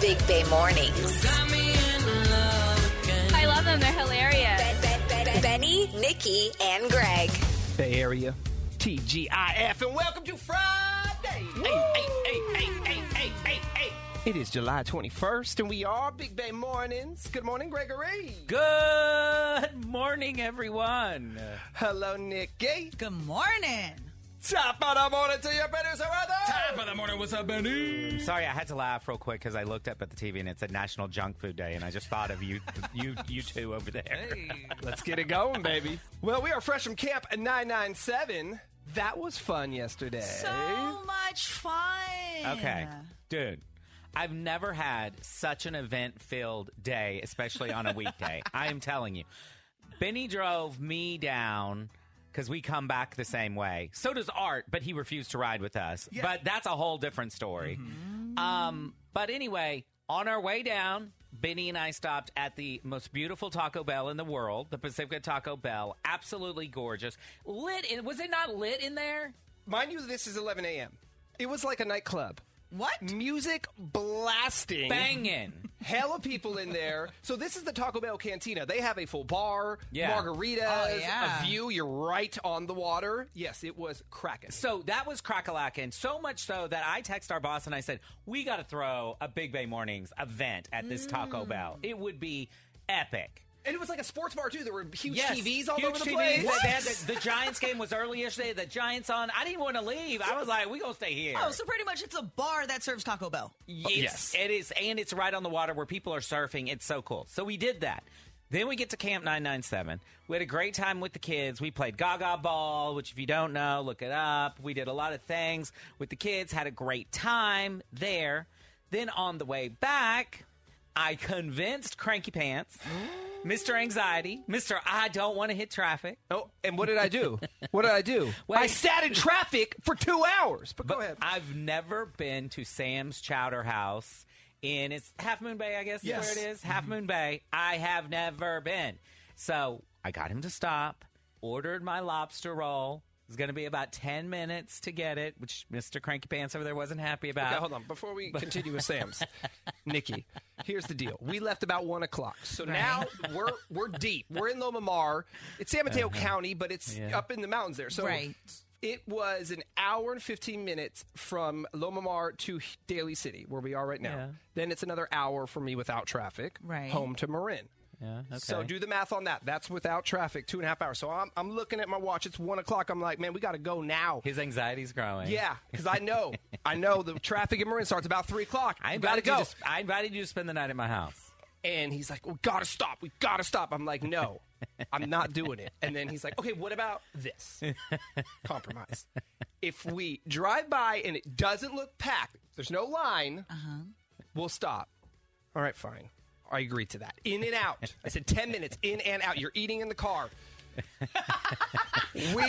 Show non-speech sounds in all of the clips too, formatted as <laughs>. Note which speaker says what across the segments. Speaker 1: Big Bay Mornings.
Speaker 2: I love them. They're hilarious.
Speaker 1: Ben, ben, ben, Benny, Nikki, and Greg.
Speaker 3: Bay Area, TGIF, and welcome to Friday. Hey, hey, hey, hey, hey, hey, hey, hey. It is July 21st, and we are Big Bay Mornings. Good morning, Gregory.
Speaker 4: Good morning, everyone.
Speaker 3: Hello, Nikki.
Speaker 5: Good morning.
Speaker 3: Top of the morning to your producer, brother.
Speaker 4: of the morning. What's up, Benny?
Speaker 6: <clears throat> Sorry, I had to laugh real quick because I looked up at the TV and it said National Junk Food Day, and I just thought of you, <laughs> you, you two over there.
Speaker 3: Let's get it going, baby. Well, we are fresh from Camp 997. That was fun yesterday.
Speaker 5: So much fun.
Speaker 6: Okay, dude. I've never had such an event filled day, especially on a weekday. I am telling you. Benny drove me down because we come back the same way. So does Art, but he refused to ride with us. But that's a whole different story. Um, but anyway, on our way down, Benny and I stopped at the most beautiful Taco Bell in the world, the Pacifica Taco Bell. Absolutely gorgeous. Lit. In, was it not lit in there?
Speaker 3: Mind you, this is 11 a.m. It was like a nightclub.
Speaker 5: What?
Speaker 3: Music blasting.
Speaker 6: Banging.
Speaker 3: hella people in there. So this is the Taco Bell Cantina. They have a full bar,
Speaker 6: Yeah.
Speaker 3: margaritas,
Speaker 5: Oh, yeah.
Speaker 3: a view. You're right on the water. Yes, it was cracking.
Speaker 6: So that was crackalackin', so much so that I text our boss and I said, "We got to throw a Big Bay Mornings event at this Taco
Speaker 3: Mm.
Speaker 6: Bell. It would be epic."
Speaker 3: And it was like a sports bar too. There were huge
Speaker 6: Yes,
Speaker 3: TVs all
Speaker 6: huge
Speaker 3: over the
Speaker 6: TVs.
Speaker 3: place.
Speaker 6: They- they had the, the Giants game was early yesterday. The Giants on. I didn't want to leave. I was like, "We gonna stay here."
Speaker 5: Oh, so pretty much it's a bar that serves Taco Bell.
Speaker 6: It's,
Speaker 3: Yes.
Speaker 6: It is, and it's right on the water where people are surfing. It's so cool. So we did that. Then we get to Camp 997. We had a great time with the kids. We played Gaga Ball, which, if you don't know, look it up. We did a lot of things with the kids, had a great time there. Then on the way back, I convinced Cranky Pants, <gasps> Mr. Anxiety, Mr. I don't want to hit traffic.
Speaker 3: Oh, and what did I do? What did I do?
Speaker 6: <laughs> Wait.
Speaker 3: I sat in traffic for two hours. But, go ahead.
Speaker 6: I've never been to Sam's Chowder House in it's Half Moon Bay, I guess is
Speaker 3: Yes. Mm-hmm.
Speaker 6: where it is. Half Moon Bay. I have never been. So I got him to stop, ordered my lobster roll. It's going to be about 10 minutes to get it, which Mr. Cranky Pants over there wasn't happy about.
Speaker 3: Now, hold on. Before
Speaker 6: <laughs>
Speaker 3: we continue with Sam's, Nikki, here's the deal. We left about one o'clock, so now we're we're deep. We're in Loma Mar. It's San Mateo
Speaker 6: Uh-huh.
Speaker 3: County, but it's up in the mountains there. So
Speaker 5: Right.
Speaker 3: it was an hour and fifteen minutes from Loma Mar to Daly City, where we are right now.
Speaker 6: Yeah.
Speaker 3: Then it's another hour for me without traffic,
Speaker 5: Right.
Speaker 3: home to Marin.
Speaker 6: Yeah, Uh, okay.
Speaker 3: So do the math on that. That's without traffic, two and a half hours. So I'm, I'm looking at my watch. It's one o'clock. I'm like, man, we got to go now.
Speaker 6: His anxiety's growing.
Speaker 3: Yeah, because I know, I know the traffic in Marin starts about three o'clock.
Speaker 6: I
Speaker 3: You gotta
Speaker 6: invited,
Speaker 3: go.
Speaker 6: You to, I invited you to spend the night at my house.
Speaker 3: and he's like, "We gotta stop. We gotta stop." I'm like, "No, I'm not doing it." And then he's like, "Okay, what about
Speaker 6: <laughs>
Speaker 3: this compromise? If we drive by and it doesn't look packed, there's no line,
Speaker 6: Uh-huh.
Speaker 3: we'll stop." All right, fine. I agreed to that. In and out. I said ten minutes. In and out. You're eating in the
Speaker 6: <laughs>
Speaker 3: car. we
Speaker 5: You're
Speaker 6: a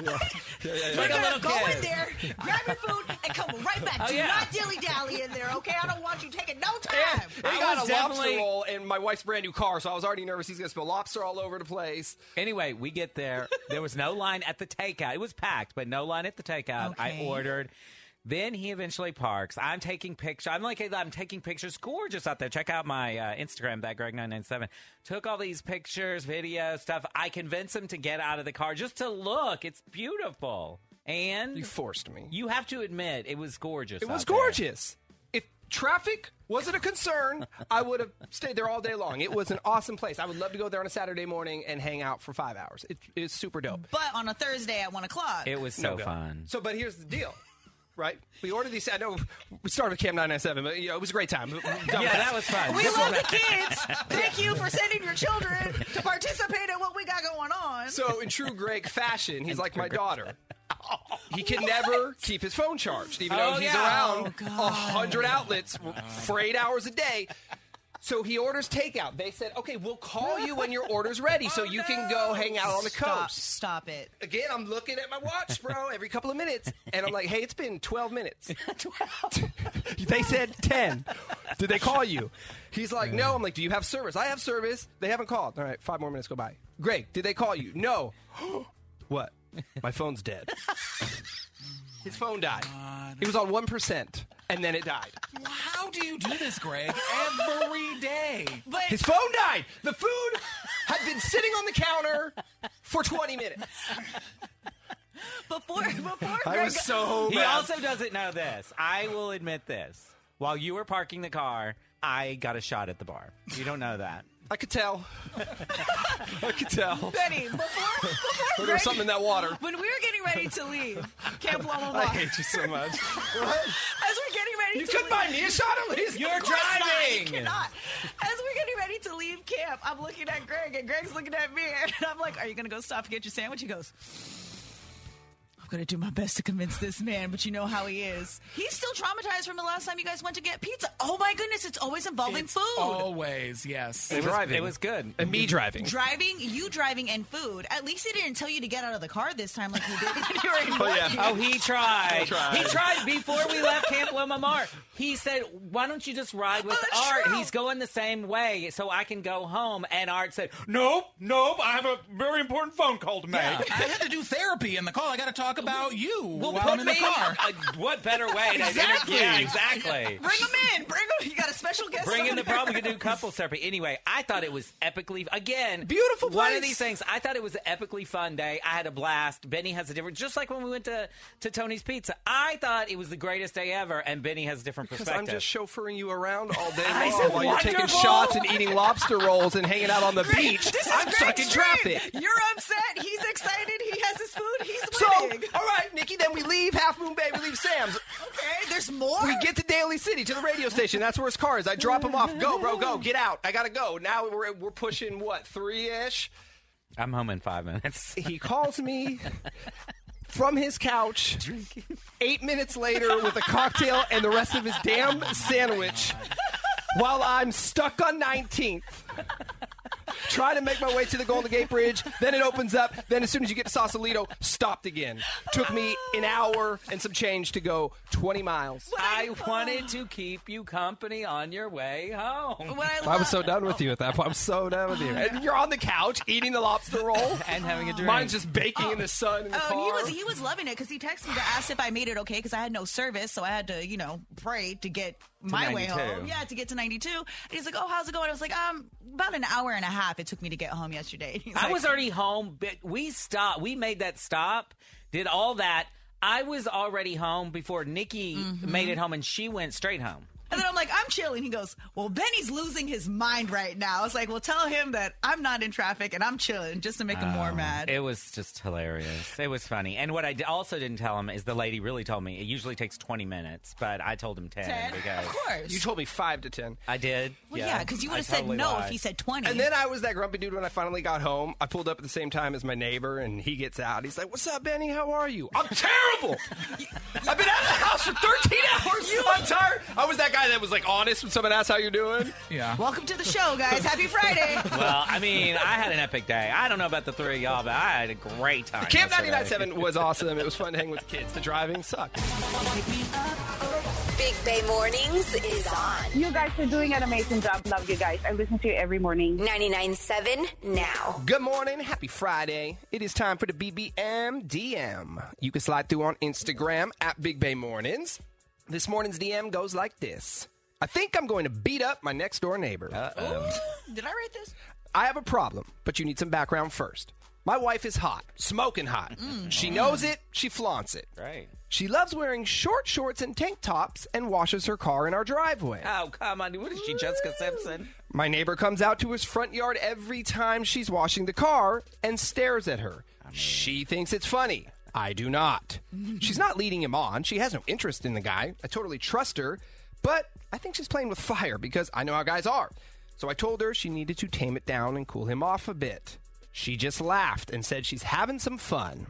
Speaker 5: gonna
Speaker 6: little
Speaker 5: go
Speaker 6: kid.
Speaker 5: in there, grab your food, and come right back.
Speaker 3: Oh,
Speaker 5: Do
Speaker 6: yeah.
Speaker 5: not dilly dally in there, okay? I don't want you taking no
Speaker 3: And
Speaker 5: time.
Speaker 3: I
Speaker 6: I
Speaker 3: got
Speaker 6: was
Speaker 3: a lobster
Speaker 6: definitely-
Speaker 3: roll in my wife's brand new car, so I was already nervous he's gonna spill lobster all over the place.
Speaker 6: Anyway, we get there. There was no line at the takeout. It was packed, but no line at the takeout.
Speaker 5: Okay.
Speaker 6: I ordered. Then he eventually parks. I'm taking pictures. I'm like, I'm taking pictures. Gorgeous out there. Check out my uh, Instagram, that Greg997. Took all these pictures, video stuff. I convinced him to get out of the car just to look. It's beautiful. And
Speaker 3: You forced me.
Speaker 6: you have to admit, it was gorgeous.
Speaker 3: It was
Speaker 6: out there.
Speaker 3: gorgeous. If traffic wasn't a concern, I would have stayed there all day long. It was an awesome place. I would love to go there on a Saturday morning and hang out for five hours. It, it's super dope.
Speaker 5: But on a Thursday at one o'clock,
Speaker 6: It was so
Speaker 3: go.
Speaker 6: fun.
Speaker 3: So, but here's the deal. Right, we ordered these. I know we started with Cam nine nine seven, but you know, it was a great time. Done with
Speaker 6: yeah, that was fun.
Speaker 5: we love
Speaker 3: <laughs>
Speaker 5: the kids. Thank you for sending your children to participate in what we got going on.
Speaker 3: So, in true Greg fashion, he's like my daughter. He can never keep his phone charged, even
Speaker 6: Oh,
Speaker 3: though he's
Speaker 6: yeah.
Speaker 3: around
Speaker 5: Oh,
Speaker 3: a
Speaker 5: God.
Speaker 3: hundred outlets for eight hours a day. So he orders takeout. They said, "Okay, we'll call you when your order's ready, so you can go hang out on the
Speaker 5: Oh, stop,
Speaker 3: coast."
Speaker 5: stop it.
Speaker 3: Again, I'm looking at my watch, bro, every couple of minutes, and I'm like, "Hey, it's been 12 minutes." <laughs> they said 10. Did they call you? He's like, no. I'm like, do you have service? I have service. They haven't called. All right, five more minutes go by. Greg, did they call you? No. <gasps> what? My phone's dead. His phone died. It was on 1%, and then it died.
Speaker 4: How do you do this, Greg? Every day.
Speaker 5: But
Speaker 3: His phone died. The food had been sitting on the counter for 20 minutes.
Speaker 5: before before
Speaker 3: <laughs> I
Speaker 5: Greg
Speaker 3: was so
Speaker 6: He
Speaker 3: mad.
Speaker 6: also doesn't know this. I will admit this. While you were parking the car, I got a shot at the bar. You don't know that.
Speaker 3: I could tell. <laughs> I could tell.
Speaker 5: Benny, before before
Speaker 3: <laughs> There
Speaker 5: Greg,
Speaker 3: was something in that water.
Speaker 5: when we were getting ready to leave Camp Loma
Speaker 3: <laughs> I
Speaker 5: Walk,
Speaker 3: hate you so much. <laughs>
Speaker 5: as
Speaker 3: What?
Speaker 5: we're getting ready
Speaker 3: You
Speaker 5: to
Speaker 3: couldn't
Speaker 5: leave,
Speaker 3: buy me a shot at least.
Speaker 6: You're
Speaker 5: Of course not. I
Speaker 6: driving.
Speaker 5: cannot. As we're getting ready to leave camp, I'm looking at Greg, and Greg's looking at me, and I'm like, "Are you gonna go stop and get your sandwich?" He goes. I'm gonna do my best to convince this man, but you know how he is. He's still traumatized from the last time you guys went to get pizza. Oh my goodness, it's always involving
Speaker 4: It's
Speaker 5: food.
Speaker 4: Always, yes.
Speaker 3: It was, driving.
Speaker 6: It was good.
Speaker 7: Oh,
Speaker 3: And me driving.
Speaker 5: Driving, you driving, and food. At least he didn't tell you to get out of the car this time, like he did when you
Speaker 3: <laughs>
Speaker 5: were in
Speaker 3: Oh, yeah.
Speaker 6: Oh, he tried.
Speaker 3: tried.
Speaker 6: He tried before we left Camp Loma Mar. He said, "Why don't you just ride with
Speaker 5: Oh, that's
Speaker 6: Art?
Speaker 5: true.
Speaker 6: He's going the same way, so I can go home." And Art said, "Nope, nope. I have a very important phone call to make."
Speaker 4: I had to do therapy in the call. I got to talk about you
Speaker 6: Well,
Speaker 4: while
Speaker 6: put
Speaker 4: I'm in the
Speaker 6: me-
Speaker 4: car.
Speaker 6: uh, what better way? to
Speaker 3: Exactly.
Speaker 6: Yeah, exactly.
Speaker 5: Bring him in. Bring him. You got a special guest.
Speaker 6: Bring in
Speaker 5: on
Speaker 6: the
Speaker 5: there.
Speaker 6: problem. We could do couple therapy. Anyway, I thought it was epically again
Speaker 3: Beautiful
Speaker 6: One of
Speaker 3: place.
Speaker 6: these things. I thought it was an epically fun day. I had a blast. Benny has a different. Just like when we went to to Tony's Pizza, I thought it was the greatest day ever, and Benny has a different
Speaker 3: Because
Speaker 6: perspective.
Speaker 3: I'm just chauffeuring you around all day
Speaker 6: I
Speaker 3: long
Speaker 6: said
Speaker 3: while you're taking
Speaker 6: wonderful.
Speaker 3: shots and eating lobster rolls and hanging out on the
Speaker 5: Greg,
Speaker 3: beach.
Speaker 5: This is
Speaker 3: I'm
Speaker 5: Greg's
Speaker 3: stuck in
Speaker 5: dream.
Speaker 3: traffic.
Speaker 5: You're upset. He's excited. He has his food. He's
Speaker 3: So,
Speaker 5: winning.
Speaker 3: all right, Nikki, then we leave Half Moon Bay, we leave Sam's.
Speaker 5: okay, there's more.
Speaker 3: We get to Daly City, to the radio station. That's where his car is. I drop him off. Go, bro, go. Get out. I got to go. Now we're, we're pushing, what, three ish?
Speaker 6: I'm home in five minutes.
Speaker 3: <laughs> He calls me from his couch eight minutes later with a cocktail and the rest of his damn sandwich while I'm stuck on 19th. Trying to make my way to the Golden Gate Bridge. Then it opens up. Then, as soon as you get to Sausalito, stopped again. Took me an hour and some change to go 20 miles.
Speaker 6: I wanted to keep you company on your way home
Speaker 5: What I
Speaker 3: I
Speaker 5: love,
Speaker 3: was so done with you at that point. I'm so done with you. And you're on the couch eating the lobster roll.
Speaker 6: and having a drink.
Speaker 3: Mine's just baking in the sun in the
Speaker 5: oh,
Speaker 3: car.
Speaker 5: he was he was loving it because he texted me to ask if I made it okay because I had no service, so I had to you know pray to get my way
Speaker 6: 92.
Speaker 5: home. Yeah, to get to 92. And he's like, "Oh, how's it going?" I was like, "Um, about an hour and a half it took me to get home yesterday." <laughs> He's
Speaker 6: I
Speaker 5: like,
Speaker 6: was already home. But we stopped. We made that stop. Did all that. I was already home before Nikki made it home, and she went straight home.
Speaker 5: And then I'm like, I'm chilling. He goes, Well, Benny's losing his mind right now. I was like, Well, tell him that I'm not in traffic and I'm chilling just to make him more mad.
Speaker 6: It was just hilarious. It was funny. And what I d- also didn't tell him is the lady really told me it usually takes 20 minutes, but I told him 10,
Speaker 5: Ted,
Speaker 6: because
Speaker 5: of course.
Speaker 3: You told me five to ten.
Speaker 6: I <laughs> did.
Speaker 5: well, yeah, because you
Speaker 6: I
Speaker 5: would have said
Speaker 6: totally
Speaker 5: no
Speaker 6: lied.
Speaker 5: if he said 20.
Speaker 3: And then I was that grumpy dude when I finally got home. I pulled up at the same time as my neighbor, and he gets out. He's like, "What's up, Benny? How are you? I'm terrible. <laughs> I've been out of the house for 13 <laughs> hours. I'm tired. I was that guy that was like honest when someone asked how you're doing.
Speaker 4: yeah.
Speaker 5: Welcome to the show, guys. Happy Friday.
Speaker 6: Well, I mean, I had an epic day. I don't know about the three of y'all, but I had a great time.
Speaker 3: Camp
Speaker 6: yesterday.
Speaker 3: 99.7 was awesome. It was fun to hang with the kids. The driving sucked.
Speaker 1: Big Bay Mornings is on
Speaker 8: You guys are doing an amazing job. Love you guys. I listen to you every morning.
Speaker 1: 99.7 now.
Speaker 3: Good morning. Happy Friday. It is time for the BBM DM. You can slide through on Instagram at Big Bay Mornings. This morning's DM goes like this I think I'm going to beat up my next door neighbor.
Speaker 5: Did I write this?
Speaker 3: I have a problem, but you need some background first. My wife is hot, smoking hot. She knows it, she flaunts it.
Speaker 6: Right.
Speaker 3: She loves wearing short shorts and tank tops and washes her car in our driveway.
Speaker 6: Oh, come on. What is she, Jessica Simpson?
Speaker 3: My neighbor comes out to his front yard every time she's washing the car and stares at her. She thinks it's funny. I do not. she's not leading him on. She has no interest in the guy. I totally trust her, but I think she's playing with fire because I know how guys are. So I told her she needed to tame it down and cool him off a bit. She just laughed and said she's having some fun.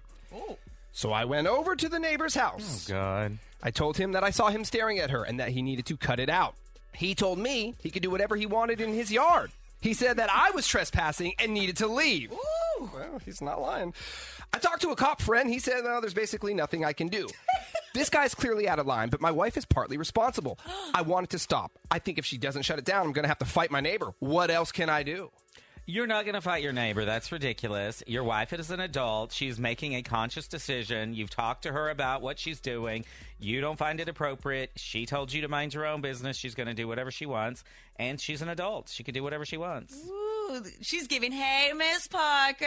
Speaker 3: So I went over to the neighbor's house.
Speaker 6: God.
Speaker 3: I told him that I saw him staring at her and that he needed to cut it out. He told me he could do whatever he wanted in his yard. He said that I was trespassing and needed to leave. Well, he's not lying. I talked to a cop friend. He said, no, there's basically nothing I can <laughs> do. this guy's clearly out of line, but my wife is partly <gasps> responsible. I want it to stop. I think if she doesn't shut it down, I'm going to have to fight my neighbor. What else can I do?
Speaker 6: You're not going to fight your neighbor. That's ridiculous. Your wife is an adult. She's making a conscious decision. You've talked to her about what she's doing. You don't find it appropriate. She told you to mind your own business. She's going to do whatever she wants. And she's an adult. She can do whatever she wants.
Speaker 5: Ooh, she's giving, hey, Miss Parker.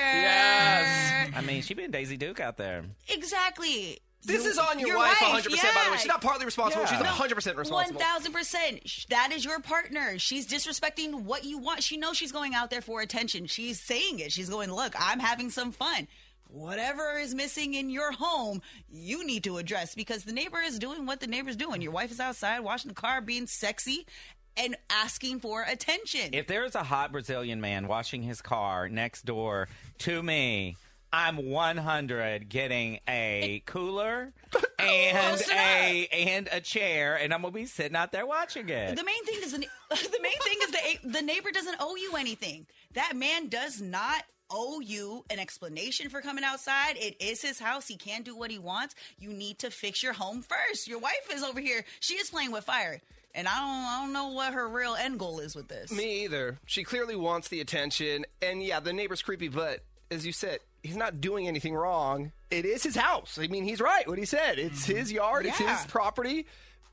Speaker 6: Yes. I mean, she been Daisy Duke out there.
Speaker 5: Exactly.
Speaker 3: This
Speaker 5: You-
Speaker 3: is on your, wife, 100%, by the way.
Speaker 5: yeah.
Speaker 3: She's not partly responsible.
Speaker 6: Yeah.
Speaker 3: She's
Speaker 6: No.
Speaker 3: 100%
Speaker 5: One
Speaker 3: responsible.
Speaker 5: thousand percent. Sh- That is your partner. She's disrespecting what you want. She knows she's going out there for attention. She's saying it. She's going, look, I'm having some fun. Whatever is missing in your home, you need to address because the neighbor is doing what the neighbor's doing. Your wife is outside washing the car, being sexy, and asking for attention.
Speaker 6: If there is a hot Brazilian man washing his car next door to me, I'm 100 getting a cooler and a and a chair, and I'm gonna be sitting out there watching it.
Speaker 5: The main thing is the, <laughs> the main thing is the the neighbor doesn't owe you anything. That man does not owe you an explanation for coming outside. It is his house. He can do what he wants. You need to fix your home first. Your wife is over here. She is playing with fire. And I don't I don't know what her real end goal is with this.
Speaker 3: Me either. She clearly wants the attention. And yeah, the neighbor's creepy, but as you said, he's not doing anything wrong. It is his house. I mean, he's right what he said. It's
Speaker 6: Mm-hmm.
Speaker 3: his yard, it's
Speaker 5: Yeah.
Speaker 3: his property.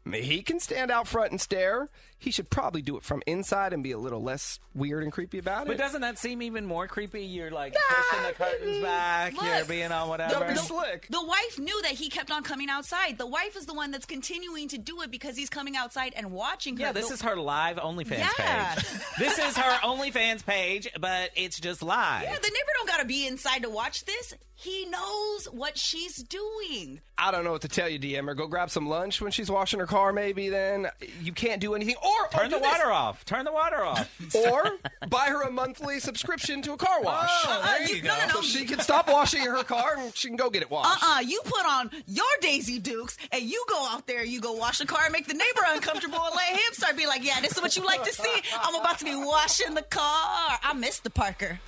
Speaker 3: I mean, He can stand out front and stare. He should probably do it from inside and be a little less weird and creepy about
Speaker 6: but
Speaker 3: it.
Speaker 6: doesn't that seem even more creepy? You're like pushing the curtains back. you're
Speaker 5: Look.
Speaker 6: being on whatever.
Speaker 3: Don't be slick.
Speaker 5: The wife knew that he kept on coming outside. The wife is the one that's continuing to do it because he's coming outside and watching her.
Speaker 6: Yeah, this
Speaker 5: The-
Speaker 6: is her live OnlyFans
Speaker 5: Yeah.
Speaker 6: page. This is <laughs> her OnlyFans page, but it's just live.
Speaker 5: Yeah, the neighbor don't gotta be inside to watch this. He knows what she's doing.
Speaker 3: I don't know what to tell you, DM, or go grab some lunch when she's washing her car, maybe then. You can't do anything. Or
Speaker 6: Turn the water off. Turn the water off.
Speaker 3: Or
Speaker 6: <laughs>
Speaker 3: buy her a monthly subscription to a car wash.
Speaker 4: Oh, there you go.
Speaker 5: no, no,
Speaker 3: So she can stop washing her car and she can go get it washed.
Speaker 5: Uh-uh, you put on your Daisy Dukes and you go out there, you go wash the car and make the neighbor uncomfortable and let him start being like, yeah, this is what you like to see. I'm about to be washing the car. I miss the Parker.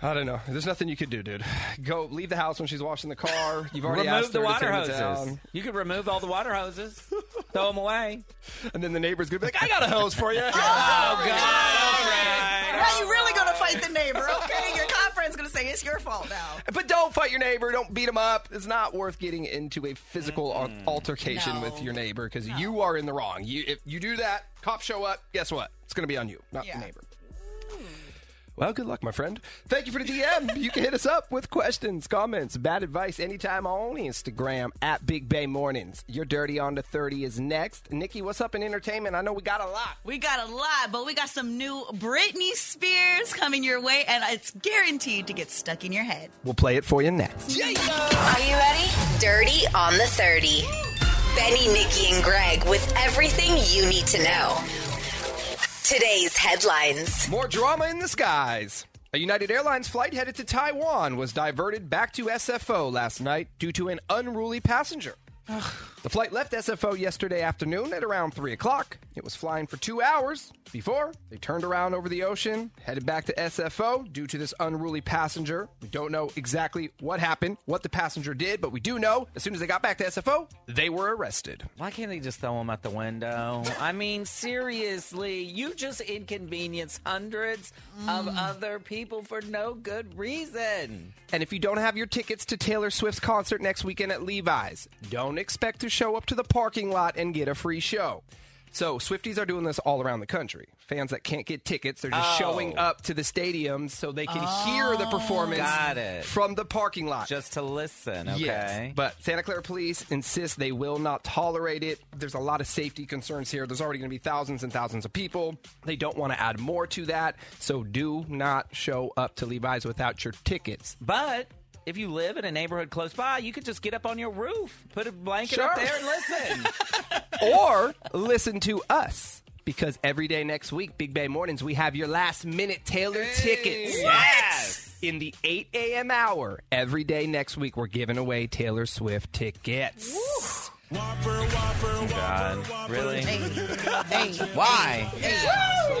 Speaker 3: I don't know. There's nothing you could do, dude. Go leave the house when she's washing the car. <laughs> You've already
Speaker 6: remove
Speaker 3: asked her
Speaker 6: the
Speaker 3: to
Speaker 6: water
Speaker 3: turn it
Speaker 6: hoses.
Speaker 3: down.
Speaker 6: You could remove all the water <laughs> hoses, throw them away.
Speaker 3: and then the neighbor's gonna be like, "I got a hose for you."
Speaker 6: <laughs> Oh God! All right.
Speaker 5: Now you really gonna fight the neighbor, okay? Your conference gonna say it's your fault now.
Speaker 3: but don't fight your neighbor. Don't beat him up. It's not worth getting into a physical al- altercation
Speaker 5: No.
Speaker 3: with your neighbor because you are in the wrong. You, if you do that, cops show up. Guess what? It's gonna be on you, not
Speaker 5: Yeah. Mm.
Speaker 3: the neighbor. Well, good luck, my friend. Thank you for
Speaker 5: <laughs>
Speaker 3: the DM. you can hit us up with questions, comments, bad advice anytime on Instagram at Big Bay Mornings. Your dirty on the thirty is next. Nikki, what's up in entertainment? I know we got a lot.
Speaker 5: We got a lot, but we got some new Britney Spears coming your way, and it's guaranteed to get stuck in your head.
Speaker 3: We'll play it for you next.
Speaker 1: Are you ready? Dirty on the 30. Benny, Nikki, and Greg with everything you need to know. Today's headlines.
Speaker 3: More drama in the skies. A United Airlines flight headed to Taiwan was diverted back to SFO last night due to an unruly passenger. The flight left SFO yesterday afternoon at around 3 o'clock. It was flying for two hours before they turned around over the ocean, headed back to SFO due to this unruly passenger. We don't know exactly what happened, what the passenger did, but we do know as soon as they got back to SFO, they were arrested.
Speaker 6: Why can't they just throw them out the window? I mean, seriously, you just inconvenience hundreds of other people for no good reason.
Speaker 3: And if you don't have your tickets to Taylor Swift's concert next weekend at Levi's, don't expect to show up to the parking lot and get a free show. So, Swifties are doing this all around the country. Fans that can't get tickets, they're just
Speaker 6: Oh.
Speaker 3: showing up to the stadiums so they can hear the performance
Speaker 6: Got it.
Speaker 3: from the parking lot.
Speaker 6: Just to listen, okay?
Speaker 3: Yes, but Santa Clara police insist they will not tolerate it. There's a lot of safety concerns here. There's already going to be thousands and thousands of people. They don't want to add more to that. So do not show up to Levi's without your tickets.
Speaker 6: But if you live in a neighborhood close by, you could just get up on your roof, put a blanket up
Speaker 3: Sure.
Speaker 6: there, and listen.
Speaker 3: or listen to us because every day next week, Big Bay Mornings, we have your last minute Taylor tickets.
Speaker 6: yes.
Speaker 3: In the 8 a.m. hour, every day next week, we're giving away Taylor Swift tickets.
Speaker 6: God, really? Why?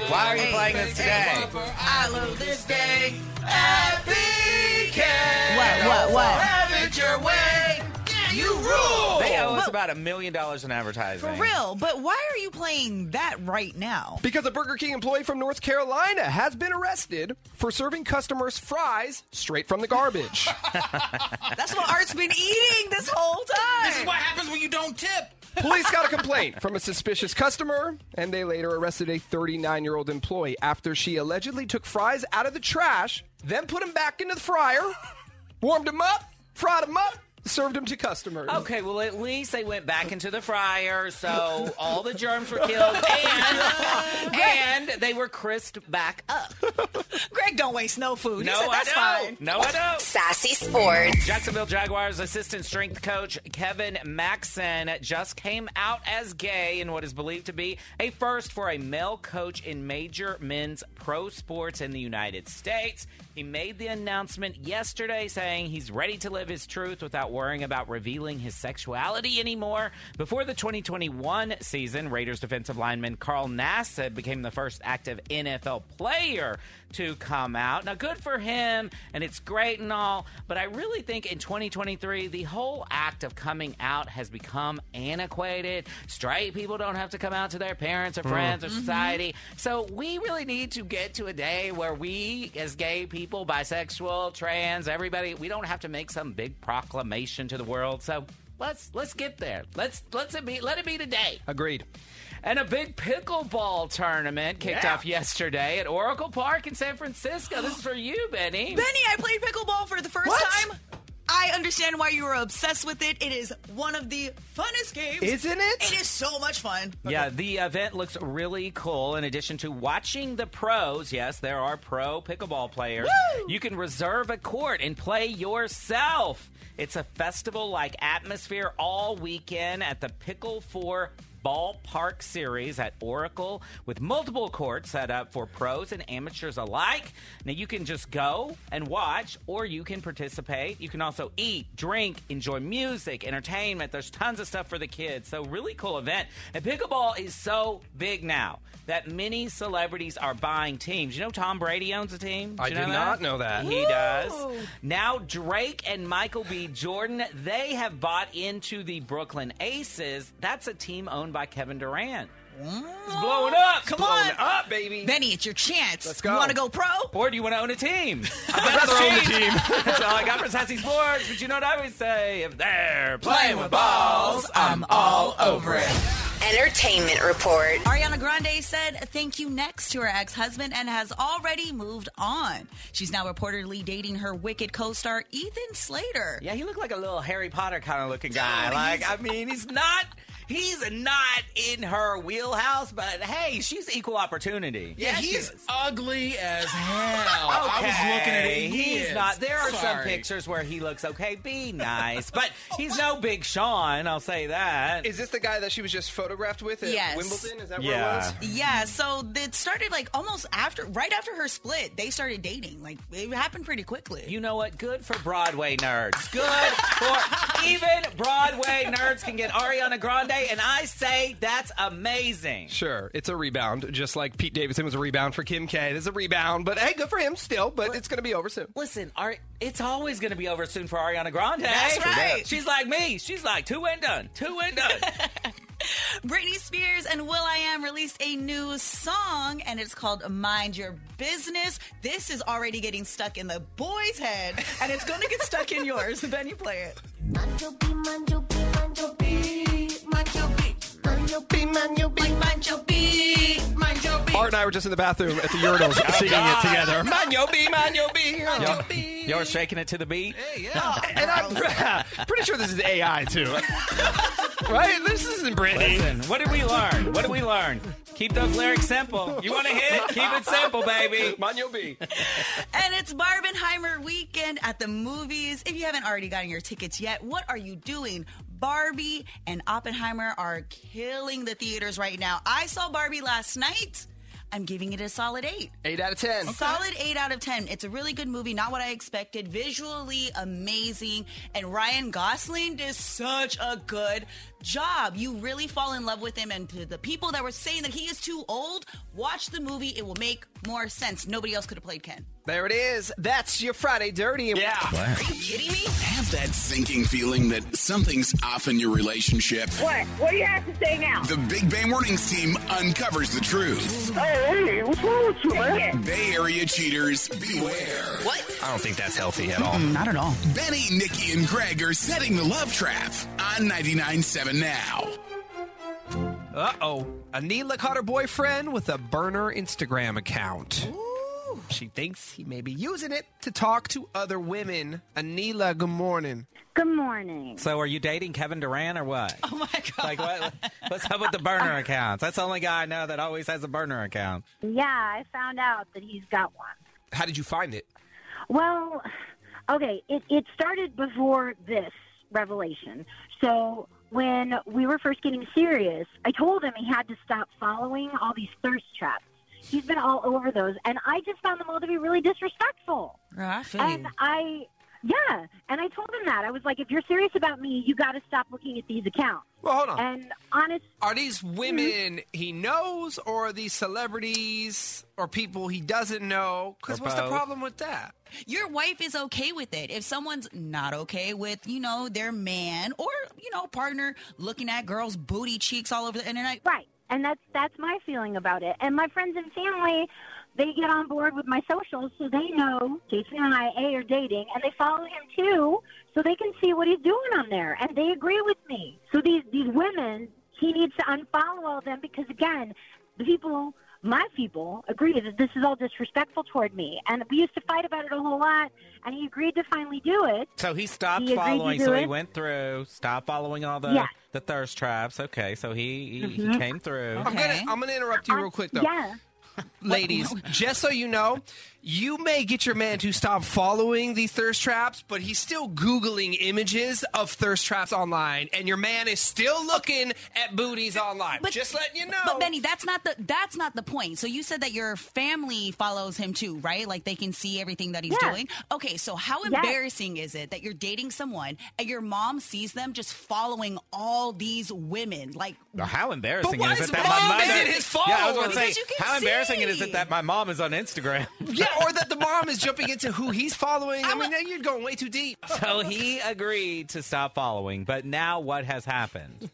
Speaker 6: Why are you playing this today?
Speaker 5: I love this day.
Speaker 6: Happy
Speaker 5: What, what, what?
Speaker 6: Have it your way. You rule. They owe us costs about a million dollars in advertising.
Speaker 5: For real, but why are you playing that right now?
Speaker 3: Because a Burger King employee from North Carolina has been arrested for serving customers fries straight from the garbage.
Speaker 5: That's what Art's <laughs> been eating this whole time.
Speaker 4: This is what happens when you don't tip.
Speaker 3: Police got a complaint from a suspicious customer, and they later arrested a 39 year old employee after she allegedly took fries out of the trash, then put them back into the fryer, warmed them up, fried them up, served them to customers.
Speaker 6: Okay, well at least they went back into the fryer, so all the germs were killed, and and they were crisped back up.
Speaker 5: Greg don't waste no food.
Speaker 6: No,
Speaker 5: he said,
Speaker 6: I
Speaker 5: That's
Speaker 6: don't.
Speaker 5: fine.
Speaker 6: No, I don't.
Speaker 1: Sassy Sports.
Speaker 6: Jacksonville Jaguars assistant strength coach Kevin Maxson just came out as gay in what is believed to be a first for a male coach in major men's pro sports in the United States. He made the announcement yesterday saying he's ready to live his truth without worrying about revealing his sexuality anymore. Before the 2021 season, Raiders defensive lineman Carl Nassib became the first active NFL player to come out. Now, good for him, and it's great and all, but I really think in 2023, the whole act of coming out has become antiquated. Straight people don't have to come out to their parents or friends or society. So, we really need to get to a day where we, as gay people, bisexual, trans, everybody, we don't have to make some big proclamation to the world. So, Let's let's get there. Let's let's it be let it be today.
Speaker 3: Agreed.
Speaker 6: And a big pickleball tournament kicked
Speaker 4: Yeah.
Speaker 6: off yesterday at Oracle Park in San Francisco. This is for you, Benny.
Speaker 5: Benny, I played pickleball for the first
Speaker 3: What?
Speaker 5: time. I understand why you were obsessed with it. It is one of the funnest games.
Speaker 3: Isn't it?
Speaker 5: It is so much fun.
Speaker 6: Yeah, the event looks really cool. In addition to watching the pros, yes, there are pro pickleball players. You can reserve a court and play yourself. It's a festival like atmosphere all weekend at the Pickle 4 Ballpark Series at Oracle with multiple courts set up for pros and amateurs alike. Now, you can just go and watch, or you can participate. You can also eat, drink, enjoy music, entertainment. There's tons of stuff for the kids. So, really cool event. And pickleball is so big now that many celebrities are buying teams. You know, Tom Brady owns a team.
Speaker 3: I
Speaker 6: you know
Speaker 3: did
Speaker 6: that?
Speaker 3: not know that.
Speaker 6: He does. Now, Drake and Michael B. Jordan, they have bought into the Brooklyn Aces. That's a team owned by Kevin Durant. It's blowing up.
Speaker 5: Come
Speaker 3: Blown
Speaker 5: on.
Speaker 3: up, baby.
Speaker 5: Benny, it's your chance.
Speaker 3: Let's go.
Speaker 5: You want to go pro?
Speaker 6: Or do you want to own a <laughs> team?
Speaker 3: I'd rather own the team.
Speaker 6: <laughs> That's all I got for Sassy Sports. But you know what I always say? If they're
Speaker 4: Playing with balls, I'm all over it.
Speaker 1: Entertainment Report.
Speaker 5: Ariana Grande said thank you next to her ex husband and has already moved on. She's now reportedly dating her wicked co star, Ethan Slater.
Speaker 6: Yeah, he looked like a little Harry Potter kind of looking guy. Like, I mean, he's not. He's not in her wheelhouse, but hey, she's equal opportunity.
Speaker 4: Yeah, he's ugly as hell. I was looking at
Speaker 6: Okay,
Speaker 4: it.
Speaker 6: He's not. There are some
Speaker 4: Sorry.
Speaker 6: pictures where he looks okay. Be nice, but he's no Big Sean. I'll say that.
Speaker 3: Is this the guy that she was just photographed with at
Speaker 5: Yes.
Speaker 3: Wimbledon? Is that
Speaker 6: Yeah.
Speaker 3: where it was?
Speaker 5: Yeah, so it started like almost after, right after her split, they started dating. Like it happened pretty quickly.
Speaker 6: You know what? Good for Broadway nerds. Good
Speaker 5: <laughs>
Speaker 6: for even Broadway nerds can get Ariana Grande, and I say that's amazing.
Speaker 3: Sure, it's a rebound, just like Pete Davidson was a rebound for Kim K. This is a rebound, but hey, good for him still. But it's going to be over soon.
Speaker 6: Listen, Ari- it's always going to be over soon for Ariana Grande.
Speaker 5: That's right.
Speaker 6: She's like me. She's like two and done. Two
Speaker 5: <laughs>
Speaker 6: and done.
Speaker 5: Britney Spears and Will I Am released a new song, and it's called Mind Your Business. This is already getting stuck in the boy's head, and it's going to get stuck in yours. <laughs> Then you play it.
Speaker 3: Art and I were just in the bathroom at the urinals singing it together. Manyo B, Manyo B. Yeah.
Speaker 6: You're shaking it to the beat.
Speaker 4: Hey, yeah.
Speaker 3: And I'm pre- pretty sure this is AI too. <laughs> right? This isn't Britney.
Speaker 6: Listen, what did we learn? What did we learn? Keep those lyrics simple. You want to hit? Keep it simple, baby.
Speaker 3: Manyo B.
Speaker 5: And it's Barbenheimer weekend at the movies. If you haven't already gotten your tickets yet, what are you doing? Barbie and Oppenheimer are killing the theaters right now. I saw Barbie last night. I'm giving it a solid eight.
Speaker 3: Eight out of ten.
Speaker 5: Solid eight out of ten. It's a really good movie. Not what I expected. Visually amazing, and Ryan Gosling did such a good job. You really fall in love with him. And to the people that were saying that he is too old, watch the movie. It will make more sense. Nobody else could have played Ken.
Speaker 3: There it is. That's your Friday dirty. Yeah.
Speaker 1: Are you kidding me?
Speaker 4: Have that sinking feeling that something's off in your relationship.
Speaker 8: What? What do you have to say now?
Speaker 4: The Big Bang Warnings team uncovers the
Speaker 7: Oh,
Speaker 4: truth.
Speaker 9: Hey, what's wrong with you, man?
Speaker 8: Yeah.
Speaker 4: Bay Area cheaters, beware.
Speaker 1: What?
Speaker 3: I don't think that's healthy at all.
Speaker 5: Not at all.
Speaker 4: Benny, Nikki, and Greg are setting the love trap on 99.7 now.
Speaker 3: Uh oh. Anila caught her boyfriend with a burner Instagram account. She thinks he may be using it to talk to other women. Anila, good morning.
Speaker 9: Good morning.
Speaker 6: So, are you dating Kevin Durant or what?
Speaker 5: Oh my god.
Speaker 6: Like, what? What's up with the burner accounts? That's the only guy I know that always has a burner account.
Speaker 9: Yeah, I found out that he's got one.
Speaker 3: How did you find it?
Speaker 9: Well, okay, it, it started before this revelation. So when we were first getting serious, I told him he had to stop following all these thirst traps. He's been all over those, and I just found them all to be really disrespectful.
Speaker 5: Girl, I feel
Speaker 9: And
Speaker 5: you.
Speaker 9: I, yeah, and I told him that. I was like, if you're serious about me, you got to stop looking at these accounts.
Speaker 3: Well, hold on.
Speaker 9: And honest,
Speaker 3: Are these women he knows, or are these celebrities or people he doesn't know? Because
Speaker 6: Or
Speaker 3: what's the
Speaker 6: both.
Speaker 3: problem with that?
Speaker 5: Your wife is okay with it. If someone's not okay with, you know, their man or, you know, partner looking at girls' booty cheeks all over the internet,
Speaker 9: Right. And that's that's my feeling about it. And my friends and family, they get on board with my socials so they know Jason and I A are dating and they follow him too so they can see what he's doing on there and they agree with me. So these these women, he needs to unfollow all them because again, the people my people agree that this is all disrespectful toward me and we used to fight about it a whole lot and he agreed to finally do it.
Speaker 6: So he stopped
Speaker 9: He agreed to
Speaker 6: following.
Speaker 9: do
Speaker 6: So he
Speaker 9: it.
Speaker 6: went through. Stopped following all the
Speaker 9: Yeah.
Speaker 6: the thirst traps. Okay, so he he, he came through.
Speaker 3: I'm gonna
Speaker 5: Okay.
Speaker 3: I'm gonna interrupt you real quick though.
Speaker 9: Yeah.
Speaker 3: ladies, just so you know, you may get your man to stop following these thirst traps, but he's still Googling images of thirst traps online, and your man is still looking at booties online.
Speaker 5: But-
Speaker 3: just letting you know.
Speaker 5: But Benny, that's not the that's not the point. So you said that your family follows him too, right? Like they can see everything that he's
Speaker 9: Yeah.
Speaker 5: doing. Okay, so how
Speaker 9: Yeah.
Speaker 5: embarrassing is it that you're dating someone and your mom sees them just following all these women? Like
Speaker 6: Now, How embarrassing
Speaker 3: why
Speaker 6: is
Speaker 3: is
Speaker 6: it
Speaker 3: it
Speaker 6: that
Speaker 3: wrong?
Speaker 6: my mother?
Speaker 3: Is it his fault?
Speaker 6: Yeah, I was gonna
Speaker 5: Because
Speaker 6: say,
Speaker 5: you can
Speaker 6: how embarrassing it is
Speaker 5: see.
Speaker 6: it that my mom is on Instagram? <laughs>
Speaker 3: yeah, or that the mom is jumping into who he's following. I mean, now you're going way too deep.
Speaker 6: so he agreed to stop following, but now what has happened?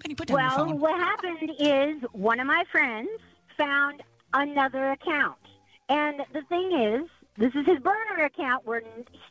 Speaker 5: Benny, put down your
Speaker 9: Well,
Speaker 5: phone.
Speaker 9: what happened is one of my friends found another account. And the thing is, this is his burner account where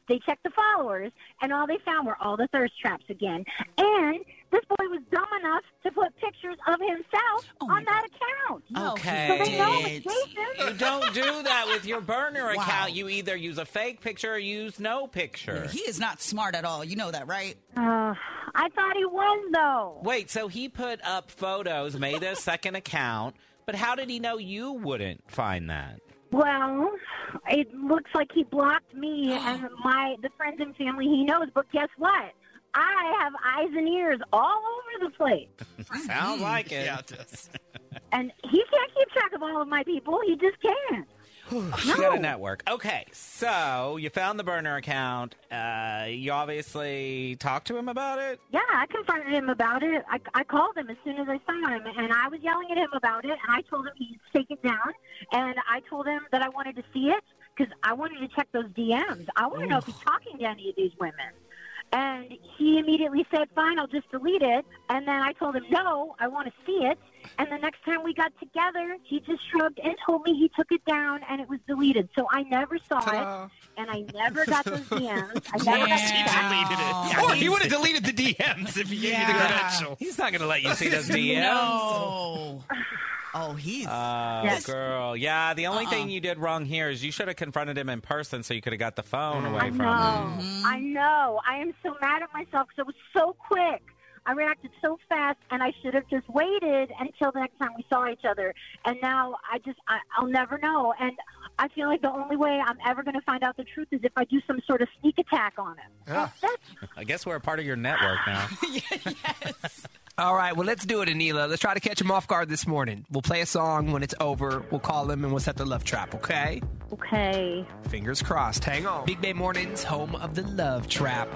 Speaker 9: they checked the followers, and all they found were all the thirst traps again. And this boy was dumb enough to put pictures of himself
Speaker 5: Oh, my Oh,
Speaker 9: on that account.
Speaker 5: No, he
Speaker 6: Okay.
Speaker 9: So they know it's
Speaker 5: did.
Speaker 6: you
Speaker 9: Jason.
Speaker 6: don't do that with your burner
Speaker 5: Wow.
Speaker 6: account. You either use a fake picture or use no picture.
Speaker 5: He is not smart at all. You know that, right?
Speaker 9: Uh, I thought he was, though.
Speaker 6: Wait, so he put up photos, made a second account, but how did he know you wouldn't find that?
Speaker 9: Well, it looks like he blocked me and my the friends and family he knows. But guess what? I have eyes and ears all over the place,
Speaker 6: Sounds like it.
Speaker 9: and he can't keep track of all of my people. He just can't.
Speaker 6: You got a network. Okay, so you found the burner account. Uh, you obviously talked to him about it.
Speaker 9: Yeah, I confronted him about it. I, I called him as soon as I saw him, and I was yelling at him about it. And I told him he'd take it down, and I told him that I wanted to see it because I wanted to check those DMs. I want to know if he's talking to any of these women. And he immediately said, "Fine, I'll just delete it." And then I told him, "No, I want to see it." And the next time we got together, he just shrugged and told me he took it down and it was deleted. So I never saw
Speaker 3: Ta-da.
Speaker 9: it, and I never got those DMs. I never got the text.
Speaker 3: or he would have deleted the DMs if he gave you the <laughs> credential.
Speaker 6: He's not going to let you see <laughs> those DMs.
Speaker 5: No. Oh, he's
Speaker 6: Oh,
Speaker 9: Yes. Uh-uh.
Speaker 6: girl. Yeah, the only thing you did wrong here is you should have confronted him in person so you could have got the phone away
Speaker 9: I
Speaker 6: from him.
Speaker 9: know. I know. I am so mad at myself because it was so quick. I reacted so fast, and I should have just waited until the next time we saw each other. And now I just, I, I'll never know. And I feel like the only way I'm ever going to find out the truth is if I do some sort of sneak attack on him.
Speaker 6: I guess we're a part of your network now.
Speaker 3: All right, well, let's do it, Anila. Let's try to catch him off guard this morning. We'll play a song when it's over. We'll call him and we'll set the love trap, okay?
Speaker 9: Okay.
Speaker 3: Fingers crossed. Hang on. Big Bay Mornings, home of the love trap.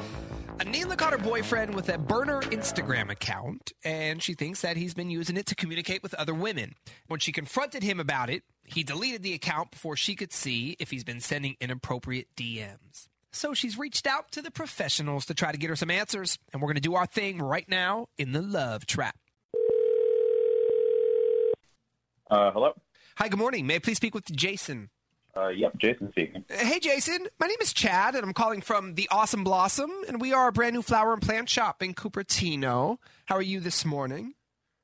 Speaker 3: Anila caught her boyfriend with a burner Instagram account, and she thinks that he's been using it to communicate with other women. When she confronted him about it, he deleted the account before she could see if he's been sending inappropriate DMs. So she's reached out to the professionals to try to get her some answers, and we're going to do our thing right now in the love trap.
Speaker 7: Uh, hello.
Speaker 3: Hi, good morning. May I please speak with Jason?
Speaker 7: Uh, yep, Jason speaking.
Speaker 3: Hey, Jason. My name is Chad, and I'm calling from the Awesome Blossom, and we are a brand new flower and plant shop in Cupertino. How are you this morning?